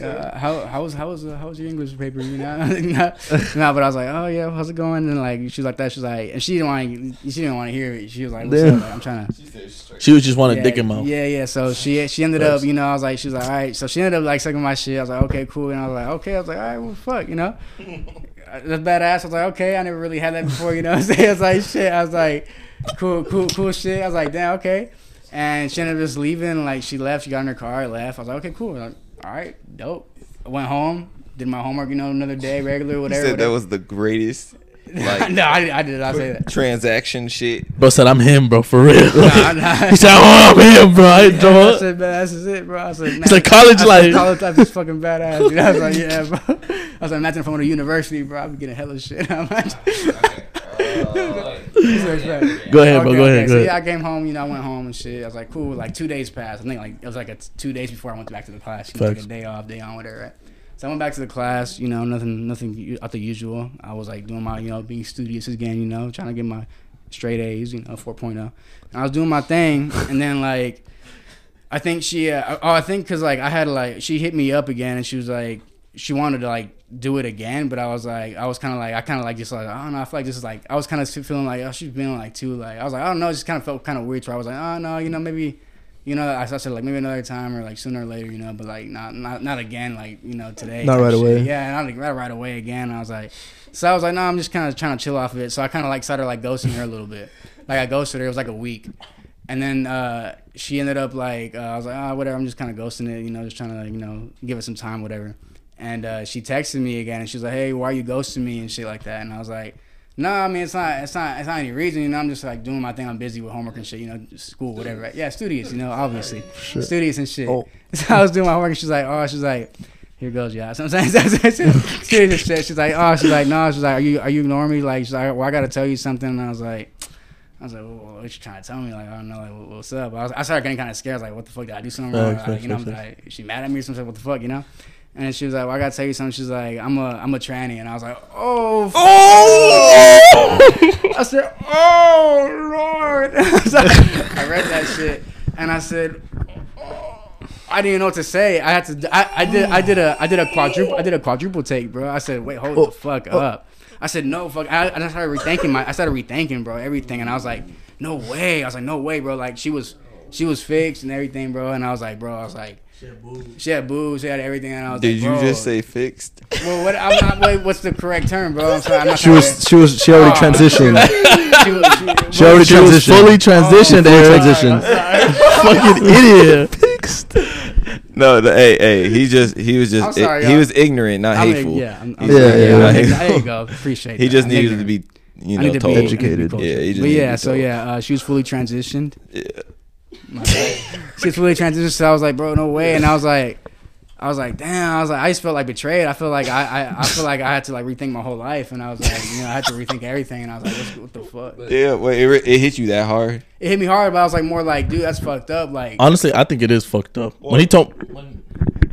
do? Uh, how how was how was uh, how was your English paper? You know, [LAUGHS] no, no, but I was like, oh yeah, how's it going? And like she was like that. She was like, and she didn't want to, she didn't want to hear it. She was like, what's
Yeah.
up? Like, I'm trying to
[LAUGHS] She was just want to
yeah,
dick him out.
Yeah, yeah. So she she ended up, you know, I was like, she was like, all right. So she ended up like sucking my shit. I was like, okay, cool. And I was like, okay. I was like, all right, well, fuck,
[LAUGHS]
you know. That's badass. I was like, okay, I never really had that before, you know. what I'm saying? [LAUGHS] I was like, shit. I was like, cool, cool, cool shit. I was like, damn, okay. And she ended up just leaving. Like she left. She got in her car, left. I was like, okay, cool. Like, all right, dope. I went home. Did my homework, you know, another day, regular,
You
whatever.
said that
whatever.
was the greatest like
no, [LAUGHS] I, I did not
[LAUGHS]
say that.
transaction shit.
Bro said I'm him, bro, for real. [LAUGHS]
Nah, nah.
he said, "Oh, I'm him, bro. I ain't
I
drunk."
said, man, that's just it, bro. I said,
It's like college
I said,
life.
College life is
[LAUGHS]
fucking badass. Dude. I was like, yeah, bro. I was like, imagine if I went to university, bro. I'd be getting hella shit. [LAUGHS] I'm like, [LAUGHS]
Go ahead, bro. Go ahead.
So
Go
yeah, I
ahead.
came home. You know, I went home and shit. I was like, cool. Like two days passed. I think like it was like a t- two days before I went back to the class. You know, like a
Facts.
day off, day on, whatever. Right? So I went back to the class. You know, nothing, nothing u- out the usual. I was like doing my, you know, being studious again. You know, trying to get my straight A's. You know, 4.0. And I was doing my thing, and then like. I think she. Uh, oh, I think because like I had like she hit me up again and she was like she wanted to like do it again, but I was like I was kind of like I kind of like just like I don't know. I feel like this is like I was kind of feeling like oh she's been like too like I was like I don't know. It just kind of felt kind of weird. So I was like oh no, you know maybe. You know, I I said like maybe another time or like sooner or later, you know, but like not not not again, like you know today.
Not
type
right
shit.
away.
Yeah, not, not right away again. I was like, so I was like, no, I'm just kind of trying to chill off of it. So I kind of like started like ghosting her a little bit. Like I ghosted her. It was like a week, and then uh, she ended up like uh, I was like, ah, whatever. I'm just kind of ghosting it, you know, just trying to like, you know give it some time, whatever. And uh, she texted me again, and she was like, hey, why are you ghosting me and shit like that? And I was like. No, I mean it's not it's not it's not any reason, you know, I'm just like doing my thing, I'm busy with homework and shit, you know, school, whatever. Yeah, studious, you know, obviously. Studious and shit.
Oh.
[LAUGHS] So I was doing my homework and she's like, Oh, she's like, Here goes y'all. [LAUGHS] So I'm saying serious as shit. She's like, Oh, she's like, No, she's like, Are you are you ignoring me? Like she's like, Well, I gotta tell you something and I was like I was like, well, what you trying to tell me? Like, I don't know, like, what- what's up? I, was, I started getting kind of scared. I was like, what the fuck? Did I do something wrong?
Facts,
Like, you know,
facts,
I'm like, is she mad at me or something? What the fuck, you know? And she was like, well, I gotta tell you something. She's like, I'm a, I'm a tranny, and I was like, oh, fuck. I said, "Oh Lord!" [LAUGHS] I was like- I read that shit, and I said, "Oh." "I didn't know what to say." I had to. I, I did. I did a. I did a quadruple. I did a quadruple take, bro. I said, "Wait, hold the fuck up." I said, "No, fuck." I, I started rethinking my. I started rethinking, bro, everything, and I was like, "No way!" I was like, "No way, bro!" Like she was, she was fixed and everything, bro. And I was like, "Bro," I was like. She had boobs. She had everything, and I was
Did
like,
you
bro,
just say fixed?
Well, what, I'm not, wait, what's the correct
[LAUGHS]
term, bro? I'm sorry. I'm not
She was she was she already
Oh.
transitioned.
she was, she,
She already
She was
transitioned.
fully transitioned,
Fully
Eric.
transitioned.
Fucking idiot.
No, the, hey, hey, he just he was
I'm
just
sorry,
he
y'all.
was ignorant, not
I'm
hateful.
A, yeah, I'm, I'm
Yeah,
yeah,
yeah,
yeah,
yeah.
There you go. Appreciate.
He
that.
just
I'm
needed to
ignorant.
be, you
I
know,
need to
told.
be I need to be
educated.
cultured.
Yeah, he just
but
needed to
yeah,
be
so
told.
yeah, uh, she was fully transitioned.
Yeah.
My bad. [LAUGHS] she was fully transitioned. So I was like, bro, no way. And I was like, I was like, damn. I was like, I just felt like betrayed. I feel like I, I, I feel like I had to like rethink my whole life. And I was like, you know, I had to rethink everything. And I was like, what's, what the fuck?
Yeah, wait, it, re- it hit you that hard?
It hit me hard, but I was like, more like, dude, that's fucked up. Like,
Honestly, I think it is fucked up. When he told,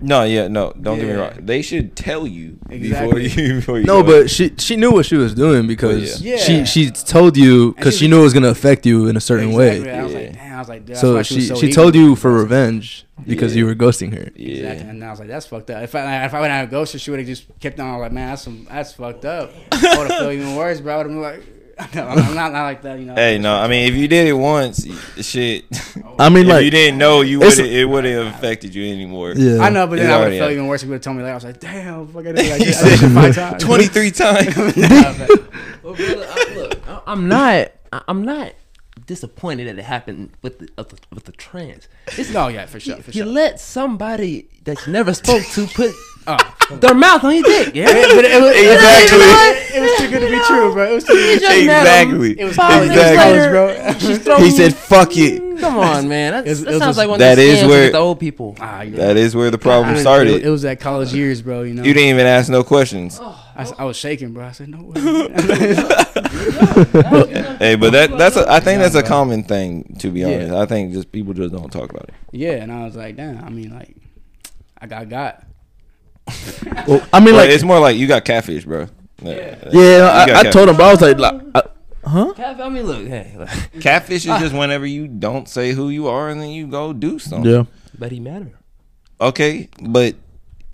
No, yeah, no, don't get me
Yeah.
wrong. They should tell you
Exactly.
before you. [LAUGHS] Before you
No,
go.
but she she knew what she was doing because
Yeah.
she
Yeah.
she told you because
she
she
was-
knew it was gonna affect you in a certain
exactly.
way.
I was like,
Yeah.
damn. I was like, dude, that's why
So
she was
she
so
she
eager.
told you for revenge because
Yeah.
you were ghosting her.
yeah,
Exactly. And I was like, that's fucked up. If I if I would have had a ghost, she would have just kept on like, man, that's some that's fucked up.
Oh,
I would have felt even worse, bro. I would have been like, [LAUGHS] no, I'm I'm not not like that, you know.
Hey, no, I mean, if you did it once, shit. [LAUGHS]
I mean,
if you
like,
didn't know, you
it's-
would it wouldn't have affected you anymore.
Yeah,
I know, but then
It's
I would
already
have felt
out.
even worse. She would have told me later. I was like, damn, fuck, I
[LAUGHS]
did it like this. I did it five times.
Twenty three [LAUGHS] times.
Nah, [LAUGHS] but-
Well, brother, I, look, I- I'm not. I- I'm not disappointed that it happened with the with the, with the trans. It's
no, oh, yeah, for sure, for
[LAUGHS]
you
sure.
let somebody that you never spoke to put
[LAUGHS] Oh.
their mouth on your dick. Yeah,
But it, was-
Exactly.
It, was too good
[LAUGHS]
to be true, bro. It was too good.
just met him.
It was
Five
college,
minutes
Exactly.
college,
later,
[LAUGHS]
bro. [LAUGHS]
she's throwing
He said,
you-
"Fuck it."
Come on, man. That,
It's-
that
it's
sounds
just-
like one
That
of those
is
scams
where-
with the old [LAUGHS] people.
Ah, yeah.
That is where the problem
It-
started.
It was Oh. that college years, bro. You know,
you didn't even ask no questions.
I, s- I was shaking, bro. I said, no way.
[LAUGHS]
[LAUGHS]
Hey, but that that's a, I think that's a common thing. To be
Yeah.
honest, I think just people just don't talk about it.
yeah, and I was like, damn. I mean, like, I got got.
I mean,
Like,
like,
it's more like you got catfish, bro. Yeah,
yeah, I, I
got
told him, but I was like, like I,
Cap, I mean, look, hey, look.
Catfish is just whenever you don't say who you are and then you go do something.
yeah.
but he mattered.
Okay, but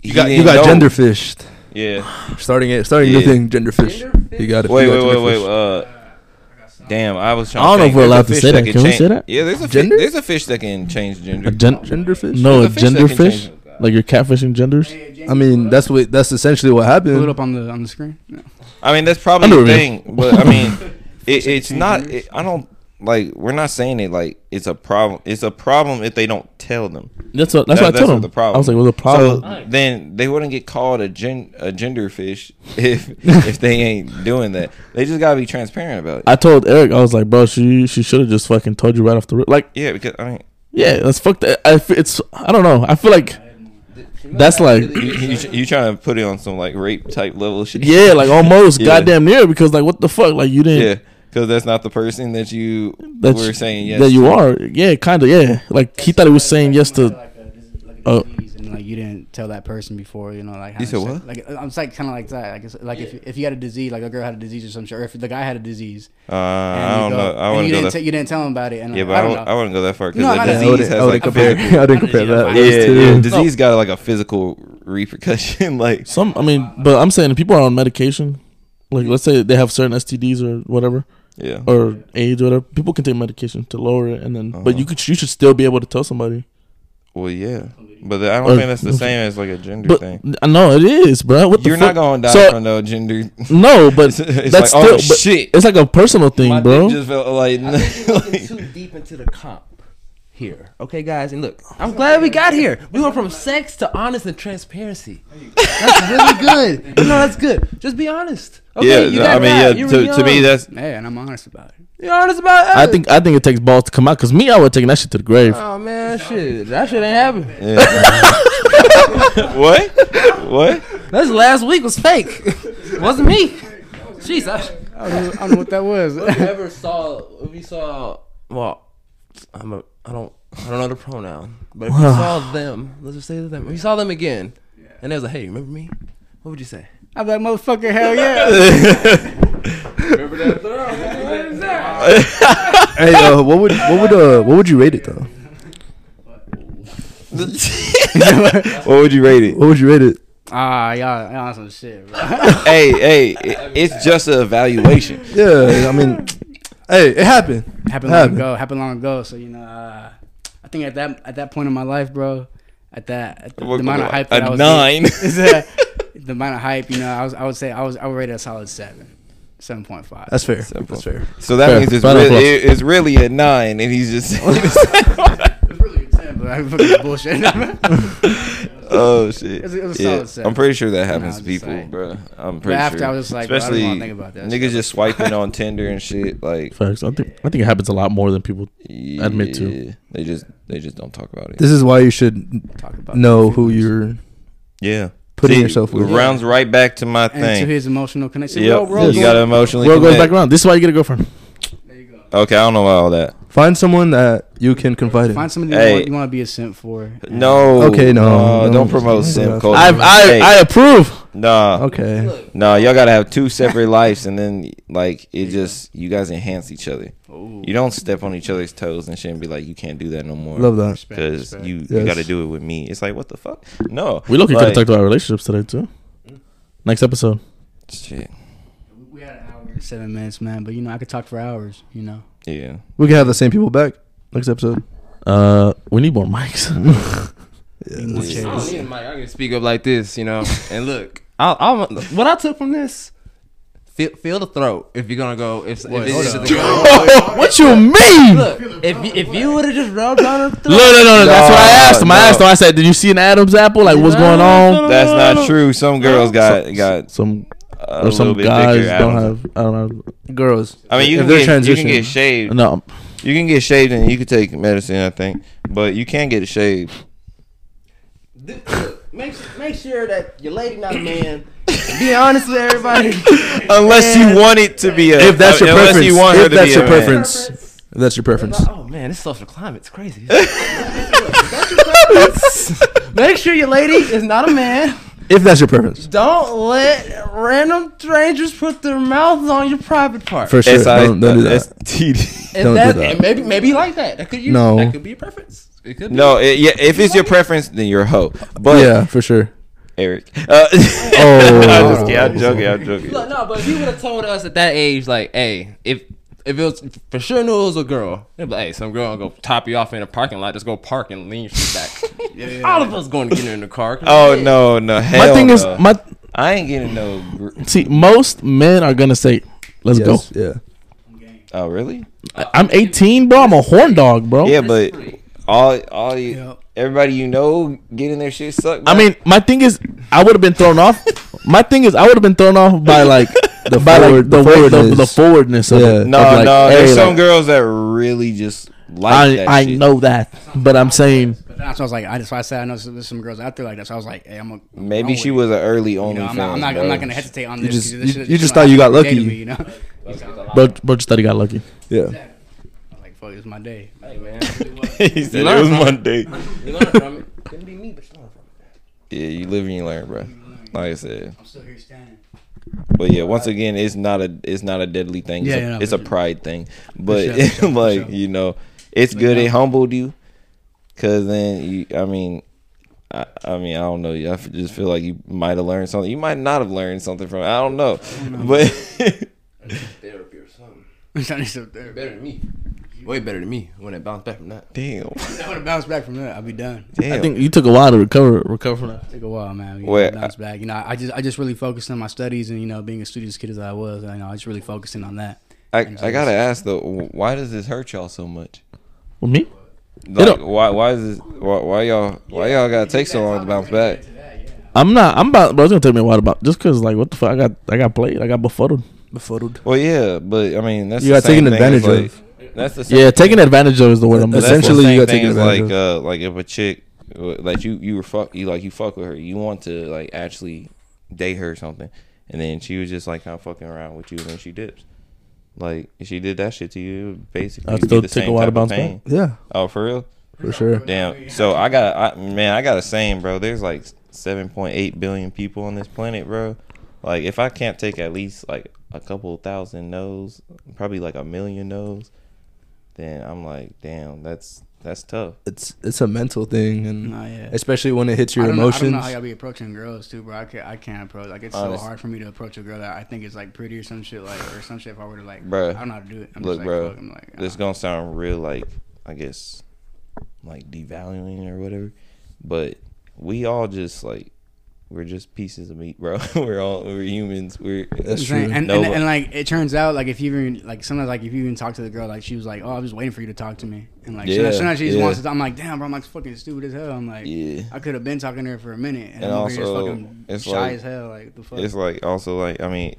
you got you got gender fished.
Yeah.
Starting it, starting
Yeah.
new thing, gender fish. You got it.
Wait,
you
wait,
got
wait,
gender
wait.
fish.
Uh, damn, I was trying.
I don't
to
know if
think.
we're
There's a
allowed to
fish
say that. Can we
change-
say that?
Yeah, there's a fish,
Gender?
there's a fish that can change gender.
A gen-
Gender fish?
No, a
There's a fish that
gender
can
fish.
change it.
Like you're catfishing genders.
I mean, that's what that's essentially what
Pull it
happened.
up on the on the screen. No.
I mean, that's probably the
[LAUGHS] Underwear.
thing, but I mean, it, it's not. It, I don't like we're not saying it like it's a problem. It's a problem if they don't tell them.
That's what, that's
That-
what I told him.
the problem.
I was like, "Well, the problem."
So then they wouldn't get called a gen a gender fish [LAUGHS]
[LAUGHS]
if if they ain't doing that. They just gotta be transparent about it.
I told Eric, I was like, "Bro, she she should have just fucking told you right off the rip." Like,
yeah, because I mean,
yeah, that's fucked. I, I f- it's I don't know. I feel like that's like
you, you, you trying to put it on some like rape type level shit.
yeah, like
[LAUGHS]
almost
Yeah.
goddamn near because like what the fuck? Like you didn't.
yeah, because that's not the person that you
that
were
you-
saying yes.
that you
to.
are. Yeah, kind of. Yeah, like he thought he was saying yes to.
Like a- like a
Oh.
disease and like you didn't tell that person before, you know, like how
You said
it's like-
what?
Like I'm like kind of like that. Like it's like if if you had a disease, like a girl had a disease or some shit, or if the guy had a disease,
Uh, I
and you
don't
go-
know. I
and
wouldn't
you
go
didn't
that.
te- you didn't tell him about it. And
yeah,
like,
but
I
I,
don't,
wouldn't,
know.
I wouldn't go that far because
No,
the
not a
I
disease.
disease
wouldn't,
has
Oh,
I wouldn't
like a
compare.
physical.
I wouldn't compare that.
Yeah,
Those two.
yeah, disease got like a physical repercussion. [LAUGHS] Like
Some, I mean, but I'm saying if people are on medication, like let's say they have certain STDs or whatever,
yeah,
or AIDS or whatever, people can take medication to lower it, and then but you could you should still be able to tell somebody.
well, yeah, but I don't
Or-
think that's the same as like a gender
Uh, But
thing.
I know it is, bro. What the
You're not
fuck?
gonna die
So-
from no gender. [LAUGHS]
No, but
It's- it's
that's
like, oh,
still but
shit.
It's like a personal thing,
My
bro.
It just felt [LAUGHS] like, [LAUGHS]
looking too deep into the comp here. Okay, guys, and look, I'm glad we got here. We went from sex to honest and transparency. That's really good. No, that's good. Just be honest. Okay, you
yeah, I
got
mean, yeah.
that. You're
To, to me,
young.
that's
yeah, and I'm honest about it.
you're honest about it.
I think I think it takes balls to come out. Cause me, I would take that shit to the grave.
Oh man, shit, that shit ain't
[LAUGHS]
happening.
[LAUGHS] what? What?
This last week was fake. [LAUGHS] Wasn't me. Jeez, I
I don't know, I don't know what that was. [LAUGHS]
never saw. If you saw, well, I'm a. I don't. I don't know the pronoun. But if you saw them, let's just say them. If you saw them again, and they was like, "Hey, remember me?" What would you say?
I'm like motherfucker, hell yeah.
[LAUGHS]
Hey, uh, what would what would uh what would you rate it though?
What would you rate it?
What would you rate it?
Ah, y'all, y'all on some shit, bro.
hey, hey, it, it's just an evaluation.
Yeah, I mean, hey, it happened.
happened long ago. Happened long ago. So you know, uh, I think at that at that point in my life, bro, at that at the, the amount of hype that I
a
was
nine.
[LAUGHS] is, uh, the amount of hype, you know, I was I would say I was I would rate it a solid seven, seven point five.
That's fair.
Simple.
That's fair.
So that
Fair.
means it's
Round of
really,
applause.
it- it's really a nine, and he's just
It's really a ten, but I'm
[LAUGHS]
fucking bullshit.
oh shit.
It's a- it's a
yeah.
solid seven.
I'm pretty sure that
Nah,
happens
I'm
to
just
people,
saying.
bro. I'm
but
pretty
after
sure.
I was like, bro, I
especially
don't want to think about that.
niggas just
[LAUGHS]
swiping on Tinder and shit. Like,
Facts. I think I think it happens a lot more than people. Admit to.
yeah, They just they just don't talk about it.
This is why you should
talk about
know
your
who
feelings.
you're.
yeah,
Putting yourself
It
with-
rounds right back to my
and to
thing.
his emotional connection.
Yeah,
Yo, bro,
you
go-
gotta emotionally.
World goes back
connect.
around. This is why you get a girlfriend.
Okay, I don't know about all that.
Find someone that you can confide in.
Find somebody
Hey.
you, want, you want to be a simp for.
No.
Okay, no, no.
don't promote sim
I've-
culture.
I I
Hey,
I approve.
nah.
Okay.
No, y'all gotta have two
[LAUGHS]
separate lives, and then like it just you guys enhance each other.
oh,
You don't step on each other's toes and shit and be like, you can't do that no more.
Love that.
because you you
Yes.
gotta do it with me. It's like what the fuck? No,
We look.
like,
could have talked about relationships today too. Next episode.
shit.
We had an hour and seven minutes, man. But you know, I could talk for hours. You know,
Yeah,
We can have the same people back next episode.
Uh, we need more mics.
Eat more
I
cherries.
don't need a mic. I can speak up like this, you know. [LAUGHS] And look, I, I, what I took from this, feel, feel the throat if you're gonna go. If, if it's
hold
just
[LAUGHS]
a- [LAUGHS]
what you mean?
look, if you- if you would have just rubbed on her
No,
throat,
no, no, no. That's what I
No,
asked him. I
no.
asked him. I said, "Did you see an Adam's apple? Like, what's going
Uh,
on?"
that's not true. Some girls got got
Some
a
or
little
some
bit
guys
thicker
don't
abs.
have. I don't
Girls.
I mean, you
if
can,
they're
get, you can
transitioning.
get shaved.
know. No,
You can get shaved, and you can take medicine, I think. But you can get shaved.
Th- look, make make sure that your lady, not a man. Be honest with everybody.
Unless you want it to be a,
If that's your
Uh, unless
preference.
you want her to
If
be
that's your
a man.
preference. If that's your preference.
oh man, this social climate's
[LAUGHS]
crazy. [LAUGHS] make sure your lady is not a man.
If that's your preference.
Don't let random strangers put their mouths on your private part.
For sure.
SI
Don't, don't do that.
STD.
If
Don't do
that,
that.
and Maybe maybe you like that. That could you,
No.
That could be a preference. It could
[LAUGHS]
be.
No, it, yeah. If it's your preference, then you're a hoe. But
Yeah, for
[LAUGHS]
sure.
Eric, uh, [LAUGHS] I'm just
Oh.
kidding. I'm joking. I'm joking.
Look, no, but if you would have told us at that age, like, hey, if if it was for sure knew it was a girl, they'd be like, hey, some girl gonna go top you off in a parking lot, just go park and lean your shit
[LAUGHS]
back. All of us going to get in the car. 'cause
Oh
shit.
no, no. Hell
my thing
no.
is, my
I ain't getting no. Gr-
see, most men are gonna say, "Let's
Yes.
go."
Yeah.
Oh, really?
I- I'm 18, bro. I'm a horn dog, bro.
Yeah, but all all you,
Yep.
everybody you know getting their shit sucked.
I
bro.
mean, my thing is, I would have been thrown off. My thing is, I would have been thrown off by like the by
forward-
like the
the
way the,
forwardness.
the forwardness of
Yeah.
it.
no,
Of, like,
no.
hey,
There's
like,
some girls that really just like that
I I
shit.
know that, but I'm saying
But that's why I was like, I just I said I know some, there's some girls out there like that. So I was like, hey, I'm a,
Maybe she was an early OnlyFans.
You know, I'm not, I'm not,
[LAUGHS]
I'm not gonna hesitate on this.
just-
'cause
you-
this shit-
you
this shit
just thought you got
might be a day to
lucky.
me, You know, [LAUGHS]
bro, bro just thought he got lucky.
Yeah.
I'm like fuck, it's my day.
Hey, man.
he said it was Monday.
You learn from it. [LAUGHS] Couldn't be me, but you learn from it.
Yeah, you live and you learn, bro. Like I said,
I'm still here [LAUGHS] standing.
but yeah, once again, it's not a it's not a deadly thing. It's,
Yeah,
a,
yeah, no,
it's
for
a
sure.
pride thing. But
sure, for
[LAUGHS]
sure, for
like
sure.
you know, it's good. It
yeah.
humbled you, cause then you. I mean, I, I mean, I don't know. I f- just feel like you might have learned something. You might not have learned something from. it. I don't know, but [LAUGHS]
Therapy or something.
I'm trying to sit up there.
Better than me. Way better than me when I bounce back from that.
damn,
[LAUGHS] I would have bounced back from that. I'll be done.
damn.
I think you took a while to recover recover from that.
Took a while, man. You
Well,
know, bounce back. You know, I just I just really focused on my studies and you know being a studious kid as I was. You know, I just really focusing on that.
I, I gotta ask though, why does this hurt y'all so much?
With me?
Like,
don't-
why why is this? Why, why y'all why y'all gotta take so long to bounce back?
I'm not. I'm about. Bro, it's gonna take me a while about just cause like what the fuck. I got. I got played. I got befuddled. Befuddled.
Well, yeah, but I mean that's
You
the
got taken
same thing as,
advantage of.
like- That's the same
Yeah, taking advantage of is the word I'm.
But that's
Essentially,
Essentially,
the same
you got
thing
taken
is like uh
advantage
like if a chick uh, like you you were fuck you like you fuck with her you want to like actually date her or something and then she was just like kind of fucking around with you and then she dips like if she did that shit to you it would basically
I'd
be
still
the
take a
same
while to
type of
bounce back.
pain.
Yeah.
oh for real
For sure.
Damn. So I got, I, man, I got a saying, bro. There's like 7.8 billion people on this planet, bro. Like, if I can't take at least like a couple thousand no's, probably like a million no's, then I'm like, damn, that's that's tough.
It's it's a mental thing, and
Nah, yeah.
especially when it hits your
I don't
emotions.
Know, I don't know how y'all be approaching girls too, bro. I can't, I can't approach. Like it's
Honest.
so hard for me to approach a girl that I think is like pretty or some shit, like or some shit. If I were to like,
Bruh.
I don't know how to do it. I'm
Look,
just like,
bro,
fuck, I'm like,
this
uh,
gonna sound real, like I guess, like devaluing or whatever. But we all just like we're just pieces of meat, bro. [LAUGHS] we're all we're humans. We're
That's
That's right.
true.
And,
No,
and,
but-
and like it turns out, like if you even like sometimes like if you even talk to the girl, like she was like, "Oh, I'm just waiting for you to talk to me," and like
Yeah,
sometimes, sometimes she just
yeah.
wants to. I'm like, "Damn, bro, I'm like fucking stupid as hell." I'm like,
Yeah.
I could have been talking to her for a minute, and,
And
I'm over here
also,
just fucking
it's
shy
like-
as hell, like the fuck.
it's like also like I mean,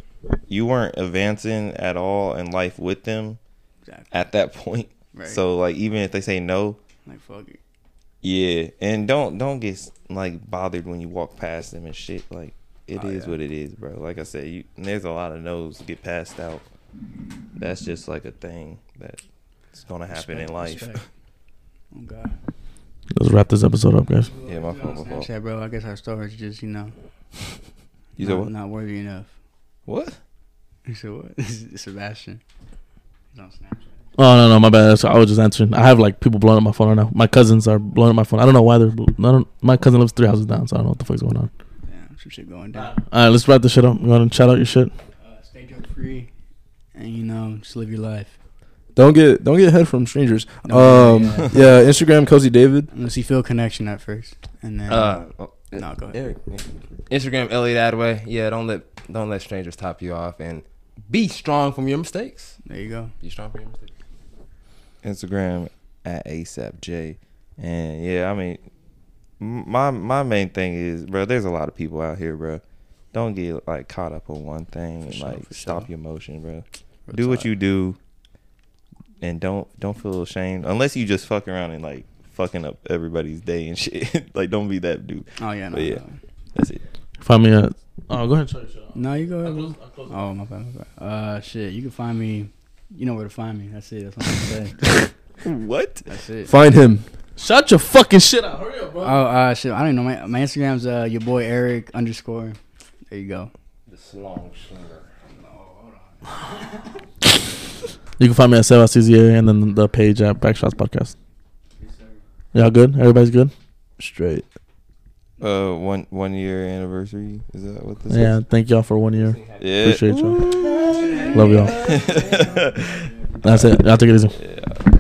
you weren't advancing at all in life with them
Exactly.
at that [LAUGHS] point.
Right.
So like even if they say no,
Like fuck it.
yeah, and don't don't get like bothered when you walk past them and shit. Like it is
Oh, yeah.
what it is, bro. Like I said, you and there's a lot of no's get passed out. That's just like a thing that's gonna happen in
Respect,
life.
respect. Oh god.
let's wrap this episode up, guys.
Yeah, my phone, my fault.
Snapchat, bro. I guess our story's just you know
You said
not,
what?
not worthy enough. [LAUGHS]
What?
You said what? [LAUGHS] Sebastian. He's on Snapchat.
Oh no no my bad. That's- I was just answering. I have like people blowing up my phone right now. My cousins are blowing up my phone. I don't know why they're. bl- I don't, my cousin lives three houses down, so I don't know what the fuck's going on.
Damn, some shit going down.
All right, let's wrap this shit up. You want to shout out your shit?
Uh, stay drug free, and you know, just live your life.
Don't get don't get head from strangers.
No,
um,
yeah.
yeah. Instagram cozy David.
Unless you feel connection at first, and then
Uh,
no, go ahead.
Eric. Instagram Elliot Adway. Yeah, don't let don't let strangers top you off, and be strong from your mistakes.
There you go.
Be strong from your mistakes.
Instagram at ASAPJ. And yeah, I mean, m- my my main thing is, bro. There's a lot of people out here, bro. Don't get like caught up on one thing and
sure,
like
for
stop
sure.
your motion, bro. do what you do, and don't don't feel ashamed unless you just fuck around and like fucking up everybody's day and [LAUGHS] shit. like, don't be that dude.
Oh yeah, no,
But yeah.
no.
That's it.
Find me at. Oh, go ahead. Shout your shit out.
No, you go ahead. bro. Oh my bad, my bad. Uh, shit, you can find me. You know where to find me. That's it. That's what I'm gonna
[LAUGHS]
say.
What?
That's it.
Find him.
Shout your fucking shit out. Hurry up,
Oh,
bro.
uh, shit. I don't even know. My, my Instagram's uh, your boy Eric underscore. There you go.
The long slinger.
You can find me at Sebas CZA and then the page at Backshots Podcast. Y'all good? Everybody's good?
Straight.
Uh, one one year anniversary. Is that what this
Yeah. Thank y'all for one year.
is? Yeah. [LAUGHS]
Appreciate y'all. Love y'all. That's it. Y'all take it easy.
Yeah.